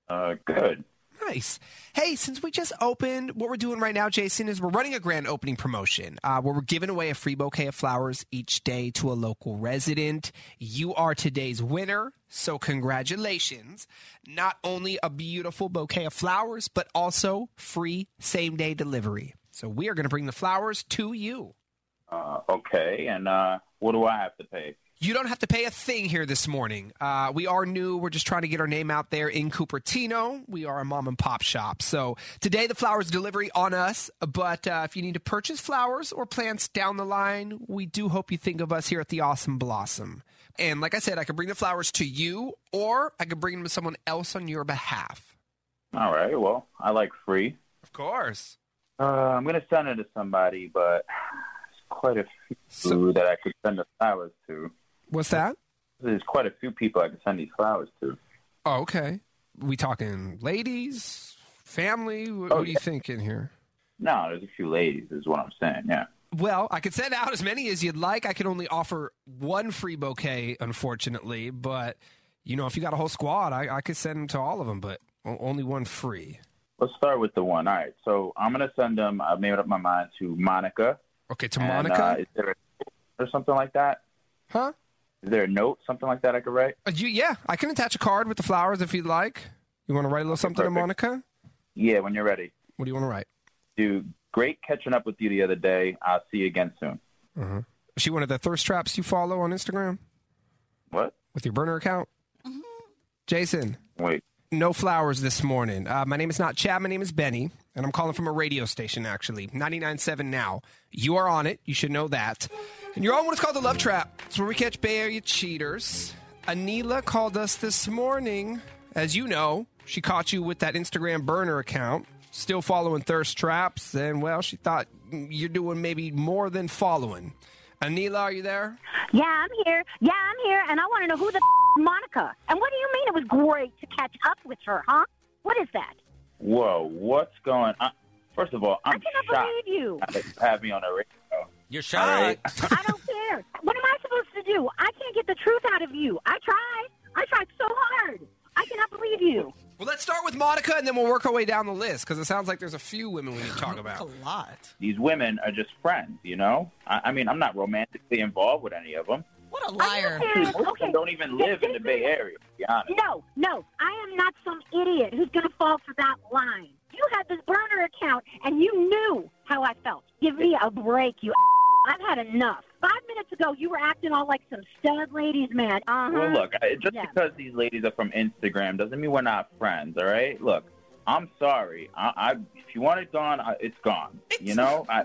Speaker 7: Uh, good.
Speaker 3: Nice. Hey, since we just opened, what we're doing right now, Jason, is we're running a grand opening promotion uh, where we're giving away a free bouquet of flowers each day to a local resident. You are today's winner, so congratulations. Not only a beautiful bouquet of flowers, but also free same day delivery. So we are going to bring the flowers to you.
Speaker 7: Uh, <laughs> okay, and uh, what do I have to pay?
Speaker 3: You don't have to pay a thing here this morning. Uh, we are new. We're just trying to get our name out there in Cupertino. We are a mom and pop shop. So today the flowers delivery on us. But uh, if you need to purchase flowers or plants down the line, we do hope you think of us here at the Awesome Blossom. And like I said, I can bring the flowers to you, or I could bring them to someone else on your behalf.
Speaker 7: All right. Well, I like free.
Speaker 3: Of course.
Speaker 7: Uh, I'm gonna send it to somebody, but it's quite a few
Speaker 3: So-
Speaker 7: that I could send the flowers to.
Speaker 3: What's that?
Speaker 7: There's quite a few people I could send these flowers to.
Speaker 3: Oh, okay. We talking ladies, family? What,
Speaker 7: Oh,
Speaker 3: what are you thinking here?
Speaker 7: No, there's a few ladies. Is what I'm saying. Yeah.
Speaker 3: Well, I could send out as many as you'd like. I could only offer one free bouquet, unfortunately. But you know, if you got a whole squad, I, I could send them to all of them, but o- only one free.
Speaker 7: Let's start with the one. All right. So I'm gonna send them. I've made up my mind to Monica.
Speaker 3: Okay, to
Speaker 7: and,
Speaker 3: Monica,
Speaker 7: uh, is there a note or something like that?
Speaker 3: huh?
Speaker 7: Is there a note, Oh, something like that I could write?
Speaker 3: Uh, you, yeah, I can attach a card with the flowers if you'd like. You want to write a little something
Speaker 7: perfect.
Speaker 3: to Monica?
Speaker 7: Yeah, when you're ready.
Speaker 3: What do you want to write?
Speaker 7: Dude, great catching up with you the other day. I'll see you again soon.
Speaker 3: Is she one of the thirst traps you follow on Instagram
Speaker 7: What?
Speaker 3: with your burner account? Jason,
Speaker 7: Wait.
Speaker 3: no flowers this morning. Uh, my name is not Chad. My name is Benny, and I'm calling from a radio station, actually, 99.7 now. You are on it. You should know that. And you're on what is called the Love Trap. It's where we catch Bay Area cheaters. Anila called us this morning. As you know, she caught you with that Instagram burner account, still following thirst traps, and, well, she thought you're doing maybe more than following. Anila, are you there?
Speaker 9: Yeah, I'm here. Yeah, I'm here. And I want to know who the f- Monica. And what do you mean it was great to catch up with her, huh? What is that?
Speaker 7: Whoa, what's going on? First of all,
Speaker 9: I
Speaker 7: I'm
Speaker 9: cannot
Speaker 7: shocked
Speaker 9: believe you.
Speaker 7: that you have me on a radio.
Speaker 6: You're
Speaker 7: right.
Speaker 6: shocked.
Speaker 9: I don't care. What am I supposed to do? I can't get the truth out of you. I tried. I tried so hard. I cannot believe you.
Speaker 3: Well, let's start with Monica, and then we'll work our way down the list, because it sounds like there's a few women we need to talk
Speaker 5: A
Speaker 3: about.
Speaker 5: lot.
Speaker 7: These women are just friends, you know? I, I mean, I'm not romantically involved with any of them.
Speaker 5: What a
Speaker 9: Are you
Speaker 5: liar.
Speaker 9: serious?
Speaker 7: Most of them don't even live in the Bay Area, to be honest.
Speaker 9: No, no. I am not some idiot who's going to fall for that line. You had this burner account and you knew how I felt. Give me a break, you. a- I've had enough. Five minutes ago, you were acting all like some stud ladies, man. Uh huh.
Speaker 7: Well, look, I, just
Speaker 9: Yeah.
Speaker 7: because these ladies are from Instagram doesn't mean we're not friends, all right? Look, I'm sorry. I, I if you want it gone, I, it's gone. You know, I,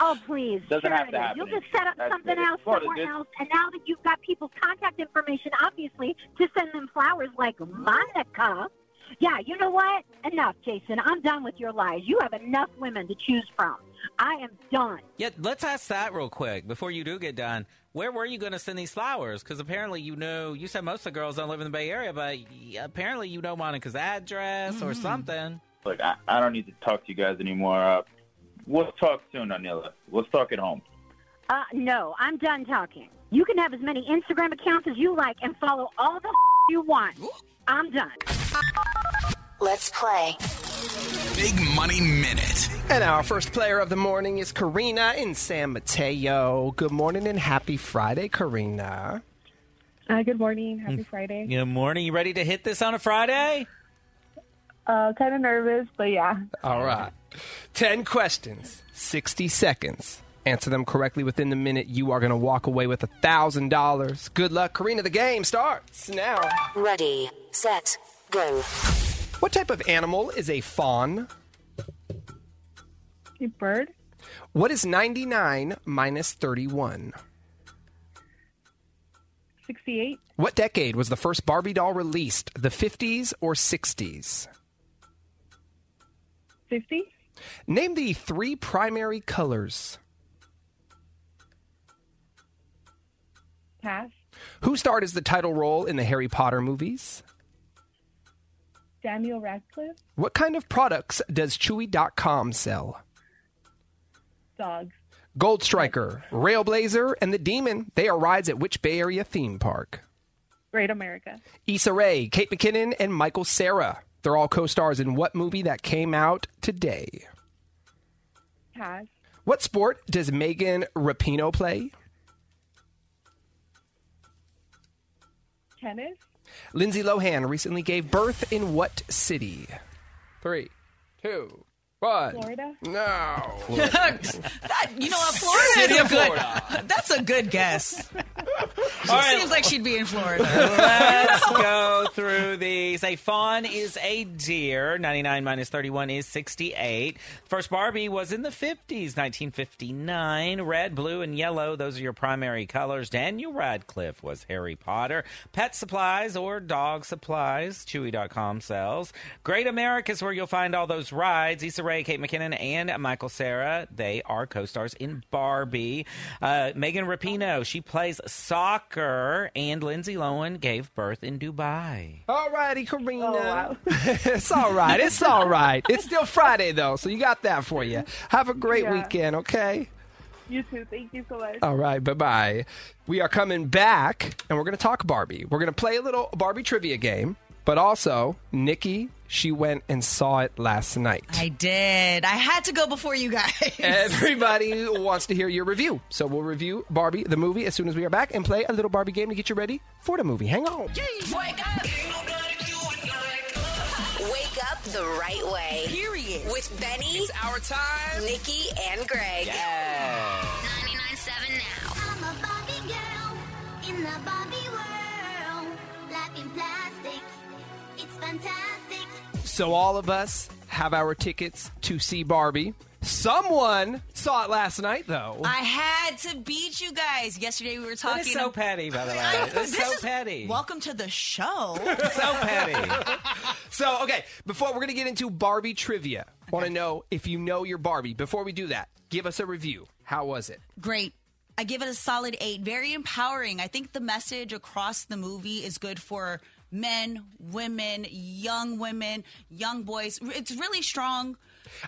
Speaker 9: Oh, please.
Speaker 7: Doesn't have to
Speaker 9: Sheridan,
Speaker 7: happen.
Speaker 9: You'll just set up
Speaker 7: That's
Speaker 9: something
Speaker 7: it.
Speaker 9: else
Speaker 7: Well,
Speaker 9: somewhere
Speaker 7: this-
Speaker 9: else. And now that you've got people's contact information, obviously, to send them flowers like Monica. Yeah, you know what? Enough, Jason. I'm done with your lies. You have enough women to choose from. I am done.
Speaker 6: Yeah, let's ask that real quick before you do get done. Where were you going to send these flowers? Because apparently you know you said most of the girls don't live in the Bay Area, but y- apparently you know Monica's address
Speaker 5: Mm-hmm.
Speaker 6: or something.
Speaker 7: look, I, I don't need to talk to you guys anymore. Uh, we'll talk soon, Anila. We'll talk at home.
Speaker 9: Uh, no, I'm done talking. You can have as many Instagram accounts as you like and follow all the you want. I'm done.
Speaker 1: Let's play.
Speaker 4: Big Money Minute.
Speaker 3: And our first player of the morning is Karina in San Mateo. Good morning and happy Friday, Karina.
Speaker 10: Uh, good morning. Happy Friday.
Speaker 6: Good morning. You ready to hit this on a Friday?
Speaker 10: Uh, kind of nervous, but yeah.
Speaker 3: All right. 10 questions, 60 seconds. Answer them correctly within the minute. You are going to walk away with a thousand dollars. Good luck, Karina. The game starts now.
Speaker 11: Ready, set, go.
Speaker 3: What type of animal is a fawn?
Speaker 10: A bird.
Speaker 3: What is 99 minus 31?
Speaker 10: 68.
Speaker 3: What decade was the first Barbie doll released? The 50s or 60s?
Speaker 10: 50.
Speaker 3: Name the three primary colors.
Speaker 10: Pass.
Speaker 3: Who starred as the title role in the Harry Potter movies?
Speaker 10: Daniel Radcliffe.
Speaker 3: What kind of products does Chewy.com sell?
Speaker 10: Dogs.
Speaker 3: Gold Striker, Railblazer, and the Demon. They are rides at which Bay Area theme park?
Speaker 10: Great America.
Speaker 3: Issa Rae, Kate McKinnon, and Michael Sarah. They're all co stars in what movie that came out today?
Speaker 10: Pass.
Speaker 3: What sport does Megan Rapino play?
Speaker 10: Tennis.
Speaker 3: Lindsay Lohan recently gave birth in what city? Three, two, one.
Speaker 10: Florida.
Speaker 3: No.
Speaker 5: That- you know what? Florida
Speaker 3: City
Speaker 5: is a
Speaker 3: of
Speaker 5: good. <laughs> That's a good
Speaker 6: <laughs>
Speaker 5: guess. She seems like she'd be in Florida.
Speaker 6: Let's go through these. A fawn is a deer. 99 minus 31 is 68. First Barbie was in the 50s, 1959. Red, blue, and yellow, those are your primary colors. Daniel Radcliffe was Harry Potter. Pet supplies or dog supplies, Chewy.com sells. Great America is where you'll find all those rides. Issa Rae, Kate McKinnon, and Michael Sarah. They are co stars in Barbie. Uh, Megan Rapino, she plays soccer, and Lindsay Lohan gave birth in Dubai.
Speaker 3: All righty, Karina. <laughs> it's all right. It's all right. It's still Friday, though, so you got that for you. Have a great
Speaker 10: Yeah.
Speaker 3: weekend, okay?
Speaker 10: You too. Thank you so much.
Speaker 3: All right, bye bye. We are coming back and we're going to talk Barbie. We're going to play a little Barbie trivia game, but also, Nikki, she went and saw it last night.
Speaker 5: I did. I had to go before you
Speaker 6: <laughs>
Speaker 5: guys.
Speaker 3: Everybody wants to hear your review. So we'll review Barbie, the movie, as soon as we are back and play a little Barbie game to get you ready for the movie. Hang on.
Speaker 1: Wake up. Wake up the right way. Period. With Benny. It's our time. Nikki and Greg. Yeah. 99.7 now.
Speaker 12: I'm a Barbie girl in the Barbie world. Life in plastic, it's fantastic.
Speaker 3: So all of us have our tickets to see Barbie. Someone saw it last night, though.
Speaker 5: I had to beat you guys. Yesterday we were talking.
Speaker 6: That is so petty, by
Speaker 5: <laughs>
Speaker 6: the way. That's
Speaker 5: This
Speaker 6: so
Speaker 5: is-
Speaker 6: petty.
Speaker 5: Welcome to the
Speaker 6: <laughs>
Speaker 5: show.
Speaker 6: so petty.
Speaker 3: So, okay, before we're going to get into Barbie trivia, want to know if you know your Barbie. Before we do that, give us a review. How was it?
Speaker 5: Great. I give it a solid eight. Very empowering. I think the message across the movie is good for men, women, young women, young boys. It's really strong.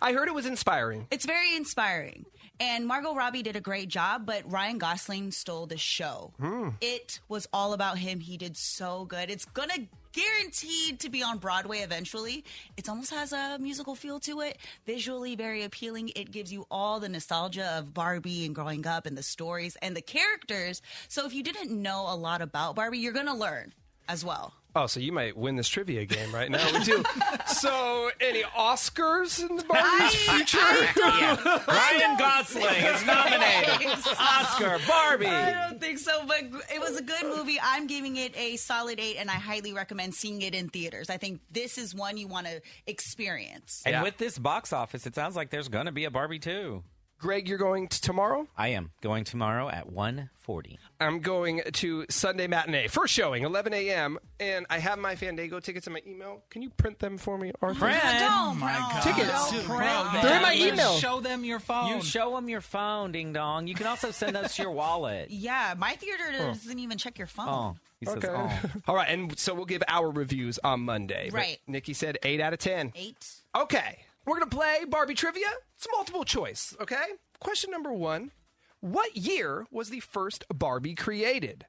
Speaker 3: I heard it was inspiring.
Speaker 5: It's very inspiring. And Margot Robbie did a great job, but Ryan Gosling stole the show. It was all about him. He did so good. It's going to guaranteed to be on Broadway eventually. It almost has a musical feel to it. Visually very appealing. It gives you all the nostalgia of Barbie and growing up and the stories and the characters. So if you didn't know a lot about Barbie, you're going to learn as well. <laughs>
Speaker 3: Oh, so you might win this trivia game right now. <laughs> We do. so, any Oscars in the Barbie's future? <laughs>
Speaker 6: Ryan Gosling is nominated. Oscar,
Speaker 5: I
Speaker 6: Barbie.
Speaker 5: don't think so, but gr- it was a good movie. I'm giving it a solid eight, and I highly recommend seeing it in theaters. I think this is one you want to experience.
Speaker 6: And with this box office, it sounds like there's going to be a Barbie too.
Speaker 3: Greg, you're going to tomorrow?
Speaker 6: I am going tomorrow at 1:40.
Speaker 3: I'm going to Sunday matinee. First showing, 11 a.m. And I have my Fandango tickets in my email. Can you print them for me, Arthur?
Speaker 5: Oh my God.
Speaker 3: Tickets.
Speaker 5: Don't
Speaker 3: Bro,
Speaker 5: brag.
Speaker 3: They're in my email.
Speaker 13: Show them your phone.
Speaker 6: You show them your phone, ding dong. You can also send us your <laughs> wallet.
Speaker 5: Yeah, my theater doesn't even check your phone.
Speaker 6: Oh, he says, oh.
Speaker 3: All right, and so we'll give our reviews on Monday. but
Speaker 5: Right.
Speaker 3: Nikki said eight out of ten.
Speaker 5: Eight.
Speaker 3: Okay, we're gonna play Barbie trivia. It's multiple choice. Okay. Question number one: What year was the first Barbie created?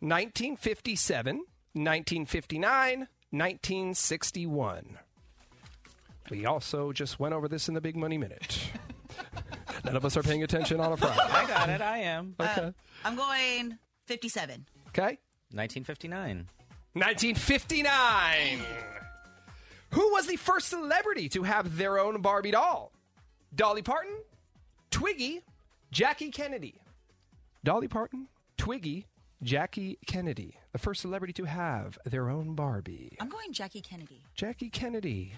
Speaker 3: 1957, 1959, 1961. We also just went over this in the Big Money Minute. <laughs> None of us are paying attention on a Friday.
Speaker 6: I got it. I am.
Speaker 3: Okay.
Speaker 5: I'm going 57.
Speaker 3: Okay.
Speaker 6: 1959.
Speaker 3: 1959. Who was the first celebrity to have their own Barbie doll? Dolly Parton, Twiggy, Jackie Kennedy, Dolly Parton, Twiggy, Jackie Kennedy, the first celebrity to have their own Barbie.
Speaker 5: I'm going Jackie Kennedy.
Speaker 3: Jackie Kennedy.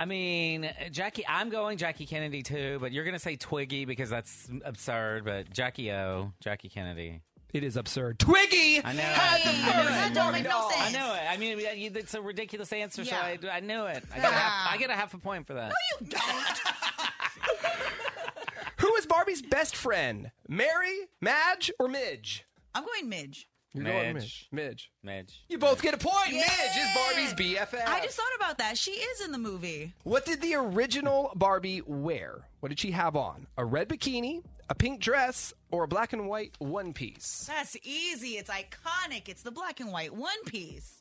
Speaker 6: I mean, Jackie, I'm going Jackie Kennedy too, but you're going to say Twiggy because that's absurd. But Jackie O, Jackie Kennedy.
Speaker 3: It is absurd. Twiggy
Speaker 6: I know.
Speaker 3: had the
Speaker 6: I knew
Speaker 3: first
Speaker 6: it.
Speaker 3: Barbie doll.
Speaker 6: I know it. I mean, yeah, you- it's a ridiculous answer, so I, I knew it.
Speaker 3: Ah.
Speaker 6: I get, a half, I get a half a point for that.
Speaker 3: Who is Barbie's best friend? Mary, Madge, or Midge?
Speaker 5: I'm going Midge.
Speaker 3: You're going Midge. Midge.
Speaker 6: Midge.
Speaker 3: You both get a point.
Speaker 5: Yeah.
Speaker 3: Midge is Barbie's BFF.
Speaker 5: I just thought about that. She is in the movie.
Speaker 3: What did the original Barbie wear? What did she have on? A red bikini, a pink dress, or a black and white one piece?
Speaker 5: That's easy. It's iconic. It's the black and white One Piece.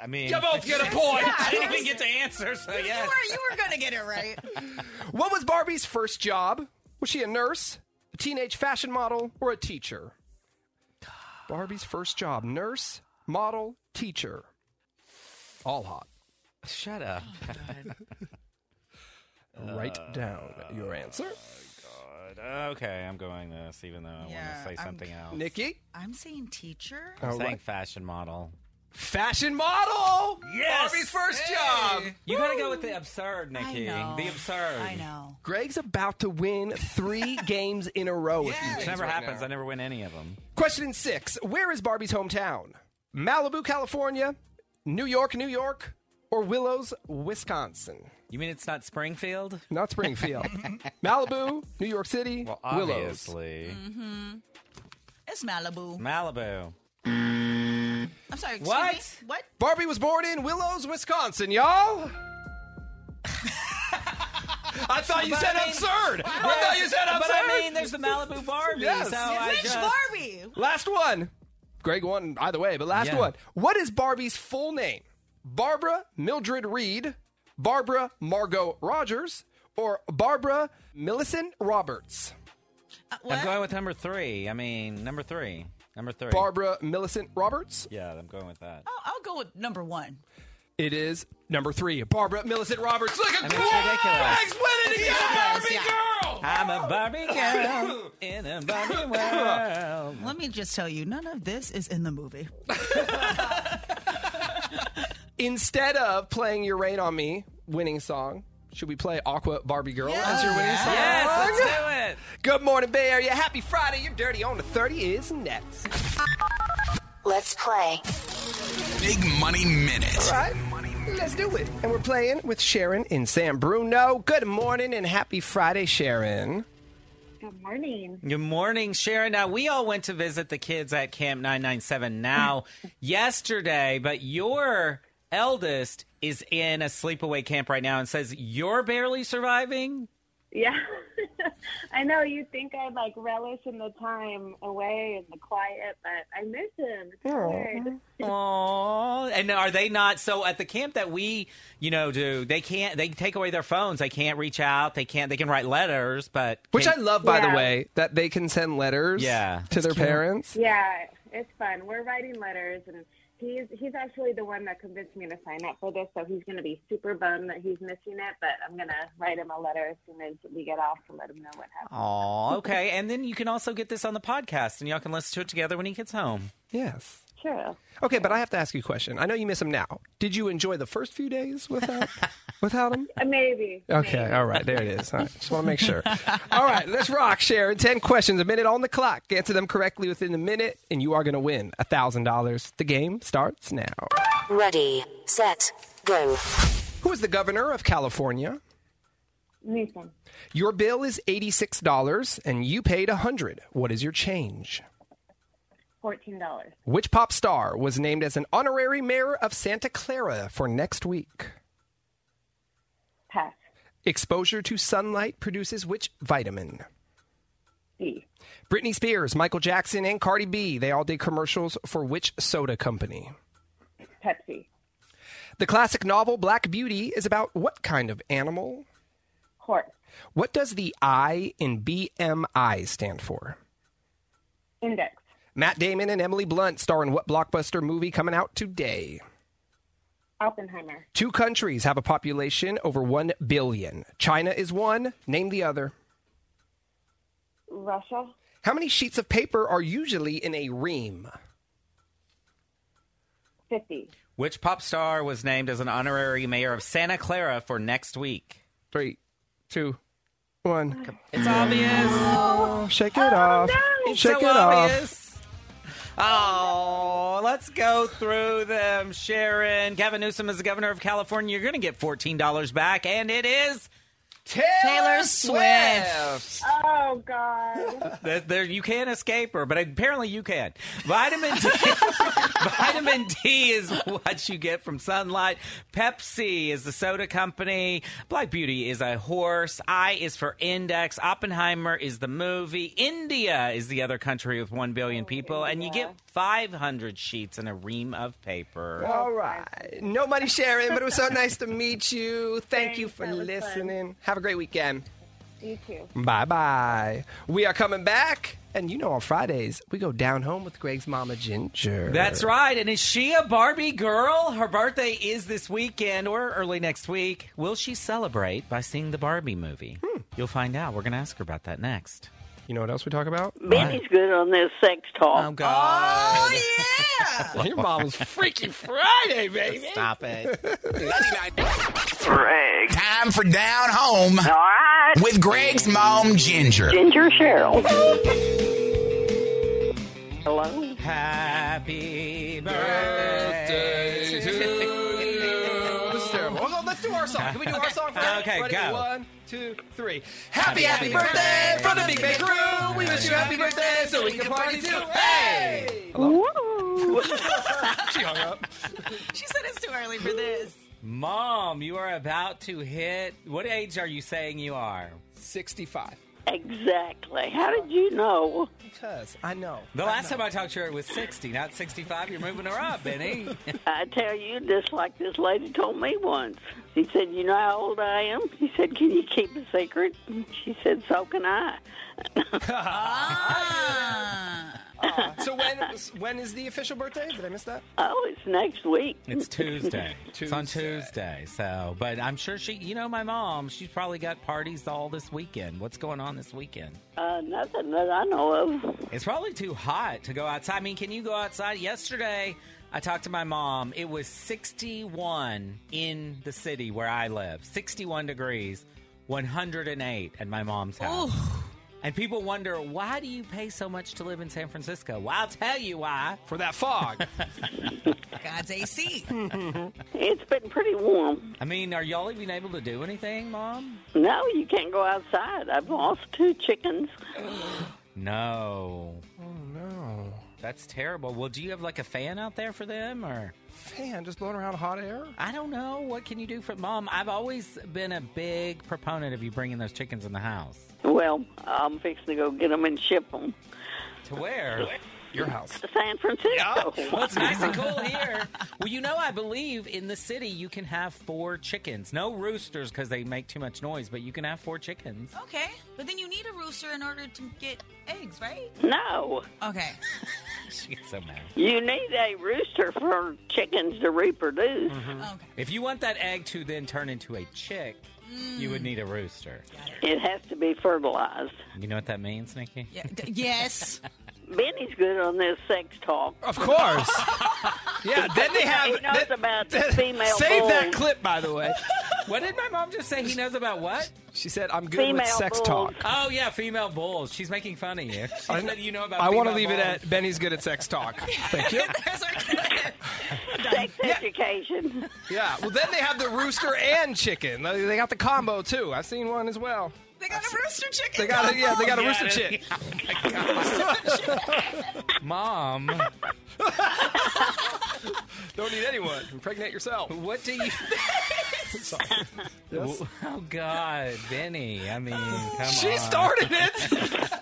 Speaker 6: I mean,
Speaker 3: You both get a
Speaker 5: Yes,
Speaker 3: point.
Speaker 5: yeah,
Speaker 6: <laughs> I didn't
Speaker 5: yes.
Speaker 6: even get <laughs> to answer, so yes.
Speaker 5: You were, you were going to get it right. <laughs>
Speaker 3: What was Barbie's first job? Was she a nurse, a teenage fashion model, or a teacher? Barbie's first job nurse, model, teacher. All hot.
Speaker 6: Shut <laughs> up.
Speaker 3: Write down your answer.
Speaker 6: God. Okay, I'm going this, even though I
Speaker 5: Yeah,
Speaker 6: want to say
Speaker 5: I'm-
Speaker 6: something else.
Speaker 3: Nikki?
Speaker 5: I'm saying teacher.
Speaker 6: I'm
Speaker 3: All
Speaker 6: saying
Speaker 3: right.
Speaker 6: fashion model.
Speaker 3: Fashion model!
Speaker 6: Yes!
Speaker 3: Barbie's first
Speaker 6: Hey!
Speaker 3: job!
Speaker 6: You gotta go with the absurd, Nikki.
Speaker 3: know.
Speaker 6: The absurd.
Speaker 3: I
Speaker 5: know.
Speaker 3: Greg's about to win
Speaker 6: <laughs>
Speaker 3: three games in a row. if you
Speaker 6: It
Speaker 3: lose
Speaker 6: never
Speaker 3: right
Speaker 6: happens.
Speaker 3: now.
Speaker 6: I never win any of them.
Speaker 3: Question six Where is Barbie's hometown? Malibu, California, New York, New York, or Willows, Wisconsin?
Speaker 6: You mean it's not Springfield?
Speaker 3: Not
Speaker 6: <laughs>
Speaker 3: Springfield. Malibu, New York City, Willows.
Speaker 6: Obviously.
Speaker 5: Mm-hmm. It's Malibu.
Speaker 3: Oh,
Speaker 6: Malibu.
Speaker 5: I'm sorry. excuse
Speaker 3: What?
Speaker 5: me? What?
Speaker 3: Barbie was born in Willows, Wisconsin,
Speaker 6: <laughs>
Speaker 3: y'all. I thought you
Speaker 6: But
Speaker 3: said
Speaker 6: I mean-
Speaker 3: absurd. I
Speaker 6: Yes,
Speaker 3: thought you said absurd.
Speaker 6: But I mean, there's the Malibu
Speaker 3: <laughs>
Speaker 6: Barbie.
Speaker 3: Yes.
Speaker 6: So I
Speaker 5: Which
Speaker 6: just,
Speaker 5: Barbie?
Speaker 3: Last one. Greg won either way, but last
Speaker 6: Yeah.
Speaker 3: one. What is Barbie's full name? Barbara Mildred Reed, Barbara Margot Rogers, or Barbara Millicent Roberts?
Speaker 5: Uh,
Speaker 6: I'm going with number three. I mean, number three. Number three.
Speaker 3: Barbara Millicent Roberts?
Speaker 6: Yeah, I'm going with that.
Speaker 5: Oh, I'll go with number one.
Speaker 3: It is number three. Barbara Millicent Roberts. Look at
Speaker 6: I mean, it's ridiculous.
Speaker 3: Greg's winning. He's a Barbie girl.
Speaker 6: I'm a Barbie
Speaker 3: <laughs>
Speaker 6: girl in a Barbie world.
Speaker 5: Let me just tell you, none of this is in the movie. <laughs>
Speaker 3: Instead of playing Your Rain on Me winning song, should we play Aqua Barbie Girl as your winning
Speaker 6: Yes,
Speaker 3: song?
Speaker 6: let's do it.
Speaker 3: Good morning, Bay Area. Happy Friday. You're dirty on the 30 is next.
Speaker 11: Let's play.
Speaker 4: Big Money Minute.
Speaker 3: All right. Let's do it. And we're playing with Sharon in San Bruno. Good morning and happy Friday, Sharon.
Speaker 11: Good morning.
Speaker 6: Good morning, Sharon. Now, we all went to visit the kids at Camp
Speaker 3: <laughs>
Speaker 6: 997 now yesterday, but your eldest is in a sleepaway camp right now and says you're
Speaker 3: <laughs>
Speaker 6: barely surviving.
Speaker 10: Yeah. I know you think I'd like relish in the time away and the quiet, but I miss him. It's weird.
Speaker 6: Aww. And are they not? So at the camp that we, you know, do, they can't, they take away their phones. They can't reach out. They can't, they can write letters, but.
Speaker 3: Which I
Speaker 6: can-
Speaker 3: love, by the way, that they can send letters
Speaker 6: Yeah.
Speaker 3: to their parents.
Speaker 10: Yeah, it's fun. We're writing letters and he's he's actually the one that convinced me to sign up for this, so he's gonna be super bummed that he's missing it, but I'm gonna write him a letter as soon as we get off to let him know what happened.
Speaker 6: Aw, okay. And then you can also get this on the podcast and y'all can listen to it together when he gets home.
Speaker 3: Yes.
Speaker 10: True.
Speaker 3: Okay, but I have to ask you a question. I know you miss them now. Did you enjoy the first few days without without them?
Speaker 10: Uh, maybe.
Speaker 3: Okay, all right, there it is. All right, just want to make sure. All right, let's rock, Sharon. Ten questions, a minute on the clock. Answer them correctly within the minute, and you are going to win a thousand dollars. The game starts now.
Speaker 11: Ready, set, go.
Speaker 3: Who is the governor of California?
Speaker 10: Nathan.
Speaker 3: Your bill is eighty-six dollars, and you paid a hundred. What is your change?
Speaker 10: Fourteen dollars.
Speaker 3: Which pop star was named as an honorary mayor of Santa Clara for next week?
Speaker 10: Pass.
Speaker 3: Exposure to sunlight produces which vitamin?
Speaker 10: D.
Speaker 3: Britney Spears, Michael Jackson, and Cardi B, they all did commercials for which soda company?
Speaker 10: Pepsi.
Speaker 3: The classic novel Black Beauty is about what kind of animal?
Speaker 10: Horse.
Speaker 3: What does the I in BMI stand for?
Speaker 10: Index.
Speaker 3: Matt Damon and Emily Blunt star in what blockbuster movie coming out today?
Speaker 10: Oppenheimer.
Speaker 3: Two countries have a population over 1 billion. China is one. Name the other.
Speaker 10: Ooh, Russia.
Speaker 3: How many sheets of paper are usually in a ream?
Speaker 10: 50.
Speaker 6: Which pop star was named as an honorary mayor of Santa Clara for next week?
Speaker 3: Three, two,
Speaker 10: Oh,
Speaker 3: one.
Speaker 6: It's obvious.
Speaker 3: Shake it off.
Speaker 6: It's
Speaker 3: Shake
Speaker 6: so
Speaker 3: it off.
Speaker 6: obvious. Oh, let's go through them, Sharon. Gavin Newsom is the governor of California. You're going to get $14 back, and it is Taylor,
Speaker 5: Taylor Swift.
Speaker 10: Oh, God.
Speaker 6: There, there- you can't escape her, but apparently you can. Vitamin D, <laughs> vitamin D is what you get from sunlight. Pepsi is the soda company. Black Beauty is a horse. I is for index. Oppenheimer is the movie. India is the other country with 1 billion people. And you get 500 sheets and a ream of paper.
Speaker 3: All right. No <laughs> money, Sharon, but it was so nice to meet you. Thank you for listening. Have a great weekend.
Speaker 10: You too.
Speaker 3: Bye bye. We are coming back. And you know, on Fridays, we go down home with Greg's mama, Ginger.
Speaker 6: That's right. And is she a Barbie girl? Her birthday is this weekend or early next week. Will she celebrate by seeing the Barbie movie?
Speaker 3: Hmm.
Speaker 6: You'll find out. We're going to ask her about that next.
Speaker 3: You know what else we talk about?
Speaker 13: Benny's good on this sex talk.
Speaker 6: Oh, God.
Speaker 3: yeah. <laughs> Your mom
Speaker 6: <laughs>
Speaker 3: was Freaky Friday, baby.
Speaker 6: Stop it.
Speaker 3: <laughs>
Speaker 4: Greg. Time for Down Home. All right. With Greg's mom, Ginger.
Speaker 13: Ginger Cheryl. Hello?
Speaker 6: Happy birthday to you.
Speaker 3: <laughs> This is terrible. Hold on, let's do our song. Can we do our
Speaker 6: <laughs>
Speaker 3: song first?
Speaker 6: Okay,
Speaker 3: Ready?
Speaker 6: go.
Speaker 3: One, two, three. Happy, happy, birthday from the Big Bang Crew. We wish you happy birthday so we can party too. Hey! she hung up.
Speaker 5: She said it's too early for
Speaker 6: <laughs>
Speaker 5: this.
Speaker 6: Mom, you are about to hit. What age are you saying you are?
Speaker 3: 65.
Speaker 13: Exactly. How did you know?
Speaker 3: Because I know.
Speaker 6: The last time I talked to her, it was 60, not 65. You're moving her up, Benny.
Speaker 3: <laughs>
Speaker 13: I tell you, just like this lady told me once. She said, You know how old I am? She said, Can you keep a secret? She said, So can I.
Speaker 5: Ah,
Speaker 3: Aw, so when when is the official birthday? Did I miss that?
Speaker 13: Oh, it's next week.
Speaker 6: <laughs> It's Tuesday. It's on Tuesday. So, but I'm sure she, you know, my mom, she's probably got parties all this weekend. What's going on this weekend?
Speaker 13: Uh, nothing that I know of.
Speaker 6: It's probably too hot to go outside. I mean, can you go outside? Yesterday, I talked to my mom. It was 61 in the city where I live, 61 degrees, 108 at my mom's house. And people wonder, why do you pay so much to live in San Francisco? Well, I'll tell you why.
Speaker 3: For that fog.
Speaker 5: God's AC.
Speaker 13: It's been pretty warm.
Speaker 6: I mean, are y'all even able to do anything, Mom?
Speaker 13: No, you can't go outside. I've lost two chickens.
Speaker 6: <gasps> No.
Speaker 3: Oh, no.
Speaker 6: That's terrible. Well, do you have like a fan out there for them or?
Speaker 3: Fan just blowing around hot air?
Speaker 6: I don't know. What can you do for mom? I've always been a big proponent of you bringing those chickens in the house.
Speaker 13: Well, I'm fixing to go get them and ship them
Speaker 6: To
Speaker 13: <laughs>
Speaker 6: where?
Speaker 3: Your house.
Speaker 13: to San Francisco.
Speaker 6: <laughs> Well, it's nice and cool here. Well, you know, I believe in the city you can have four chickens. No roosters because they make too much noise, but you can have four chickens. <laughs>
Speaker 5: Okay, but then you need a rooster in order to get eggs, right?
Speaker 13: No,
Speaker 5: Okay.
Speaker 6: She gets so mad.
Speaker 13: you need a rooster for chickens to reproduce.
Speaker 6: Mm-hmm.
Speaker 5: Okay.
Speaker 6: If you want that egg to then turn into a chick, you would need a rooster.
Speaker 13: It has to be fertilized.
Speaker 6: You know what that means, Nikki?
Speaker 5: Yeah, d- yes.
Speaker 13: Benny's good on this sex talk.
Speaker 3: Of course. yeah, then they have.
Speaker 13: he knows about the
Speaker 3: then- <laughs>
Speaker 13: female
Speaker 3: save that
Speaker 13: bulls.
Speaker 3: clip, by the way.
Speaker 6: What did my mom just say? He knows about what?
Speaker 3: She said, I'm good with
Speaker 13: Female
Speaker 3: sex talk.
Speaker 13: bulls.
Speaker 6: Oh yeah, female bulls. She's making fun of you. She said you know about.
Speaker 3: I want to
Speaker 6: female
Speaker 3: leave it
Speaker 6: bulls.
Speaker 3: at Benny's good at sex talk. Thank you.
Speaker 5: There's our-
Speaker 13: Sex education.
Speaker 3: Yeah. Well, then they have the rooster and chicken. They they got the combo too. I've seen one as well.
Speaker 5: they got a rooster chicken.
Speaker 3: They got a, yeah. They got a
Speaker 6: Yeah,
Speaker 3: rooster
Speaker 6: they-
Speaker 3: chick. <laughs>
Speaker 6: Mom,
Speaker 3: Don't need anyone. Impregnate yourself.
Speaker 6: what do you?
Speaker 3: Sorry. Yes?
Speaker 6: Oh God, Benny. I mean, come
Speaker 3: She
Speaker 6: on.
Speaker 3: started it.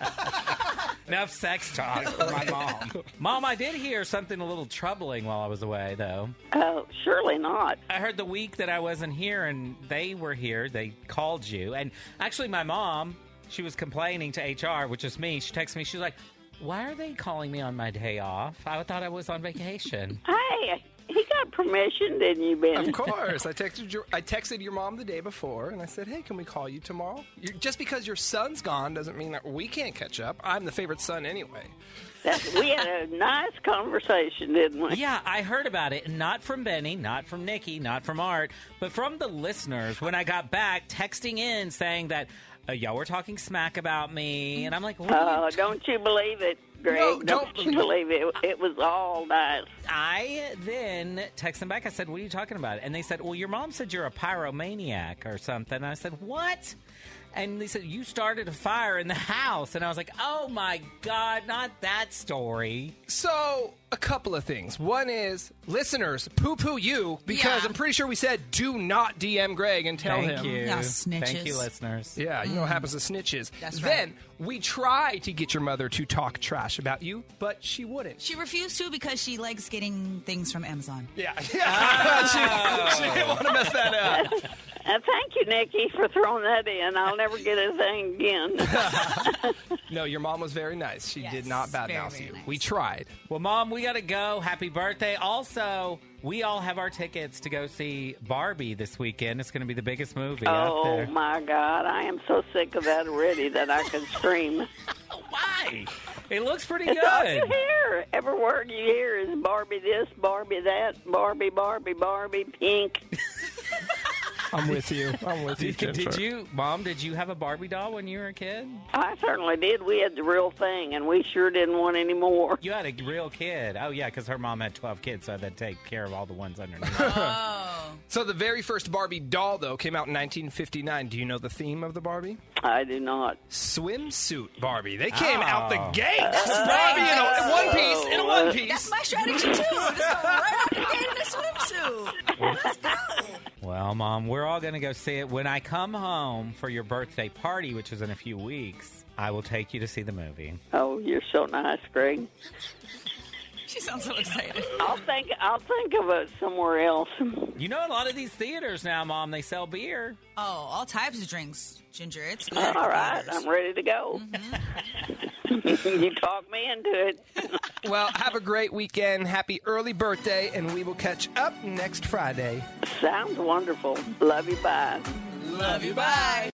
Speaker 6: Enough sex talk for
Speaker 13: <laughs>
Speaker 6: my mom. Mom, I did hear something a little troubling while I was away, though.
Speaker 13: Oh, surely not.
Speaker 6: I heard the week that I wasn't here and they were here, they called you. And actually, my mom, she was complaining to HR, which is me. She texted me,
Speaker 13: <laughs>
Speaker 6: she was like, Why are they calling me on my day off? I thought I was on vacation.
Speaker 13: Hey, he got permission, didn't you,
Speaker 6: <laughs>
Speaker 13: Ben?
Speaker 3: Of course. I texted your I texted your mom the day before and I said, "Hey, can we call you tomorrow?" you just because your son's gone doesn't mean that we can't catch up. I'm the favorite son anyway.
Speaker 13: That's, we had a nice conversation, didn't we?
Speaker 6: Yeah, I heard about it. Not from Benny, not from Nikki, not from Art, but from the listeners when I got back texting in saying that uh, y'all were talking smack about me. And I'm like, what are you
Speaker 13: Oh, don't you believe it, Greg?
Speaker 6: No, don't <laughs>
Speaker 13: don't, you
Speaker 6: believe
Speaker 13: believe it? It was all nice.
Speaker 6: I then text them back. I said, "What are you talking about?" And they said, "Well, your mom said you're a pyromaniac or something." And I said, "What?" And they said, "You started a fire in the house." And I was like, "Oh my god, not that story."
Speaker 3: So, a couple of things. One is listeners poo poo you because I'm pretty sure we said do not DM Greg and tell
Speaker 6: Thank
Speaker 3: him.
Speaker 6: you. Yeah, snitches. Thank you, listeners.
Speaker 3: Oh, Yeah, you know what happens to snitches.
Speaker 6: Mm. That's right.
Speaker 3: Then we try to get your mother to talk trash about you, but she wouldn't.
Speaker 5: She refused to because she likes getting things from Amazon.
Speaker 3: Yeah. <laughs> she, she didn't
Speaker 6: Ah.
Speaker 3: want to mess that up.
Speaker 13: And Uh, thank you, Nikki, for throwing that in. I'll never get a thing again.
Speaker 3: No, your mom was very nice. She did not badmouth you. We tried.
Speaker 6: Well, mom, we gotta go. Happy birthday! Also, we all have our tickets to go see Barbie this weekend. It's gonna be the biggest movie out
Speaker 13: oh
Speaker 6: there.
Speaker 13: my God, I am so sick of that already that I can scream.
Speaker 6: Why? It looks <laughs> pretty
Speaker 13: it's All you
Speaker 6: good.
Speaker 13: hear every word you hear is Barbie this, Barbie that, Barbie, Barbie, Barbie, pink.
Speaker 6: <laughs>
Speaker 3: I'm with you. I'm
Speaker 13: <laughs>
Speaker 3: with you.
Speaker 6: Did, did
Speaker 3: Jennifer.
Speaker 6: you, mom? Did you have a Barbie doll when you were a kid?
Speaker 13: I certainly did. We had the real thing, and we sure didn't want any more. <laughs>
Speaker 6: You had a real kid. Oh yeah, because her mom had twelve kids, so I had to take care of all the ones underneath.
Speaker 3: So the very first Barbie doll though came out in 1959. Do you know the theme of the Barbie?
Speaker 13: I do not.
Speaker 3: Swimsuit Barbie. They came out
Speaker 6: Oh.
Speaker 3: the gate.
Speaker 6: Oh.
Speaker 3: Barbie in a one piece. In a one piece.
Speaker 5: That's my strategy too. Just go right out the gate in a swimsuit.
Speaker 6: well, mom, we're all gonna go see it. When I come home for your birthday party, which is in a few weeks, I will take you to see the movie.
Speaker 13: Oh, you're so nice, Greg.
Speaker 5: She sounds so excited.
Speaker 13: I'll think. I'll think of it somewhere else.
Speaker 6: You know, a lot of these theaters now, mom, they sell beer.
Speaker 5: Oh, all types of drinks, Ginger. It's good.
Speaker 13: All right, I'm ready to go.
Speaker 6: Mm-hmm.
Speaker 13: <laughs> you talked me into it.
Speaker 3: Well, have a great weekend. Happy early birthday, and we will catch up next Friday.
Speaker 13: Sounds wonderful. Love you. Bye.
Speaker 5: Love you. Bye.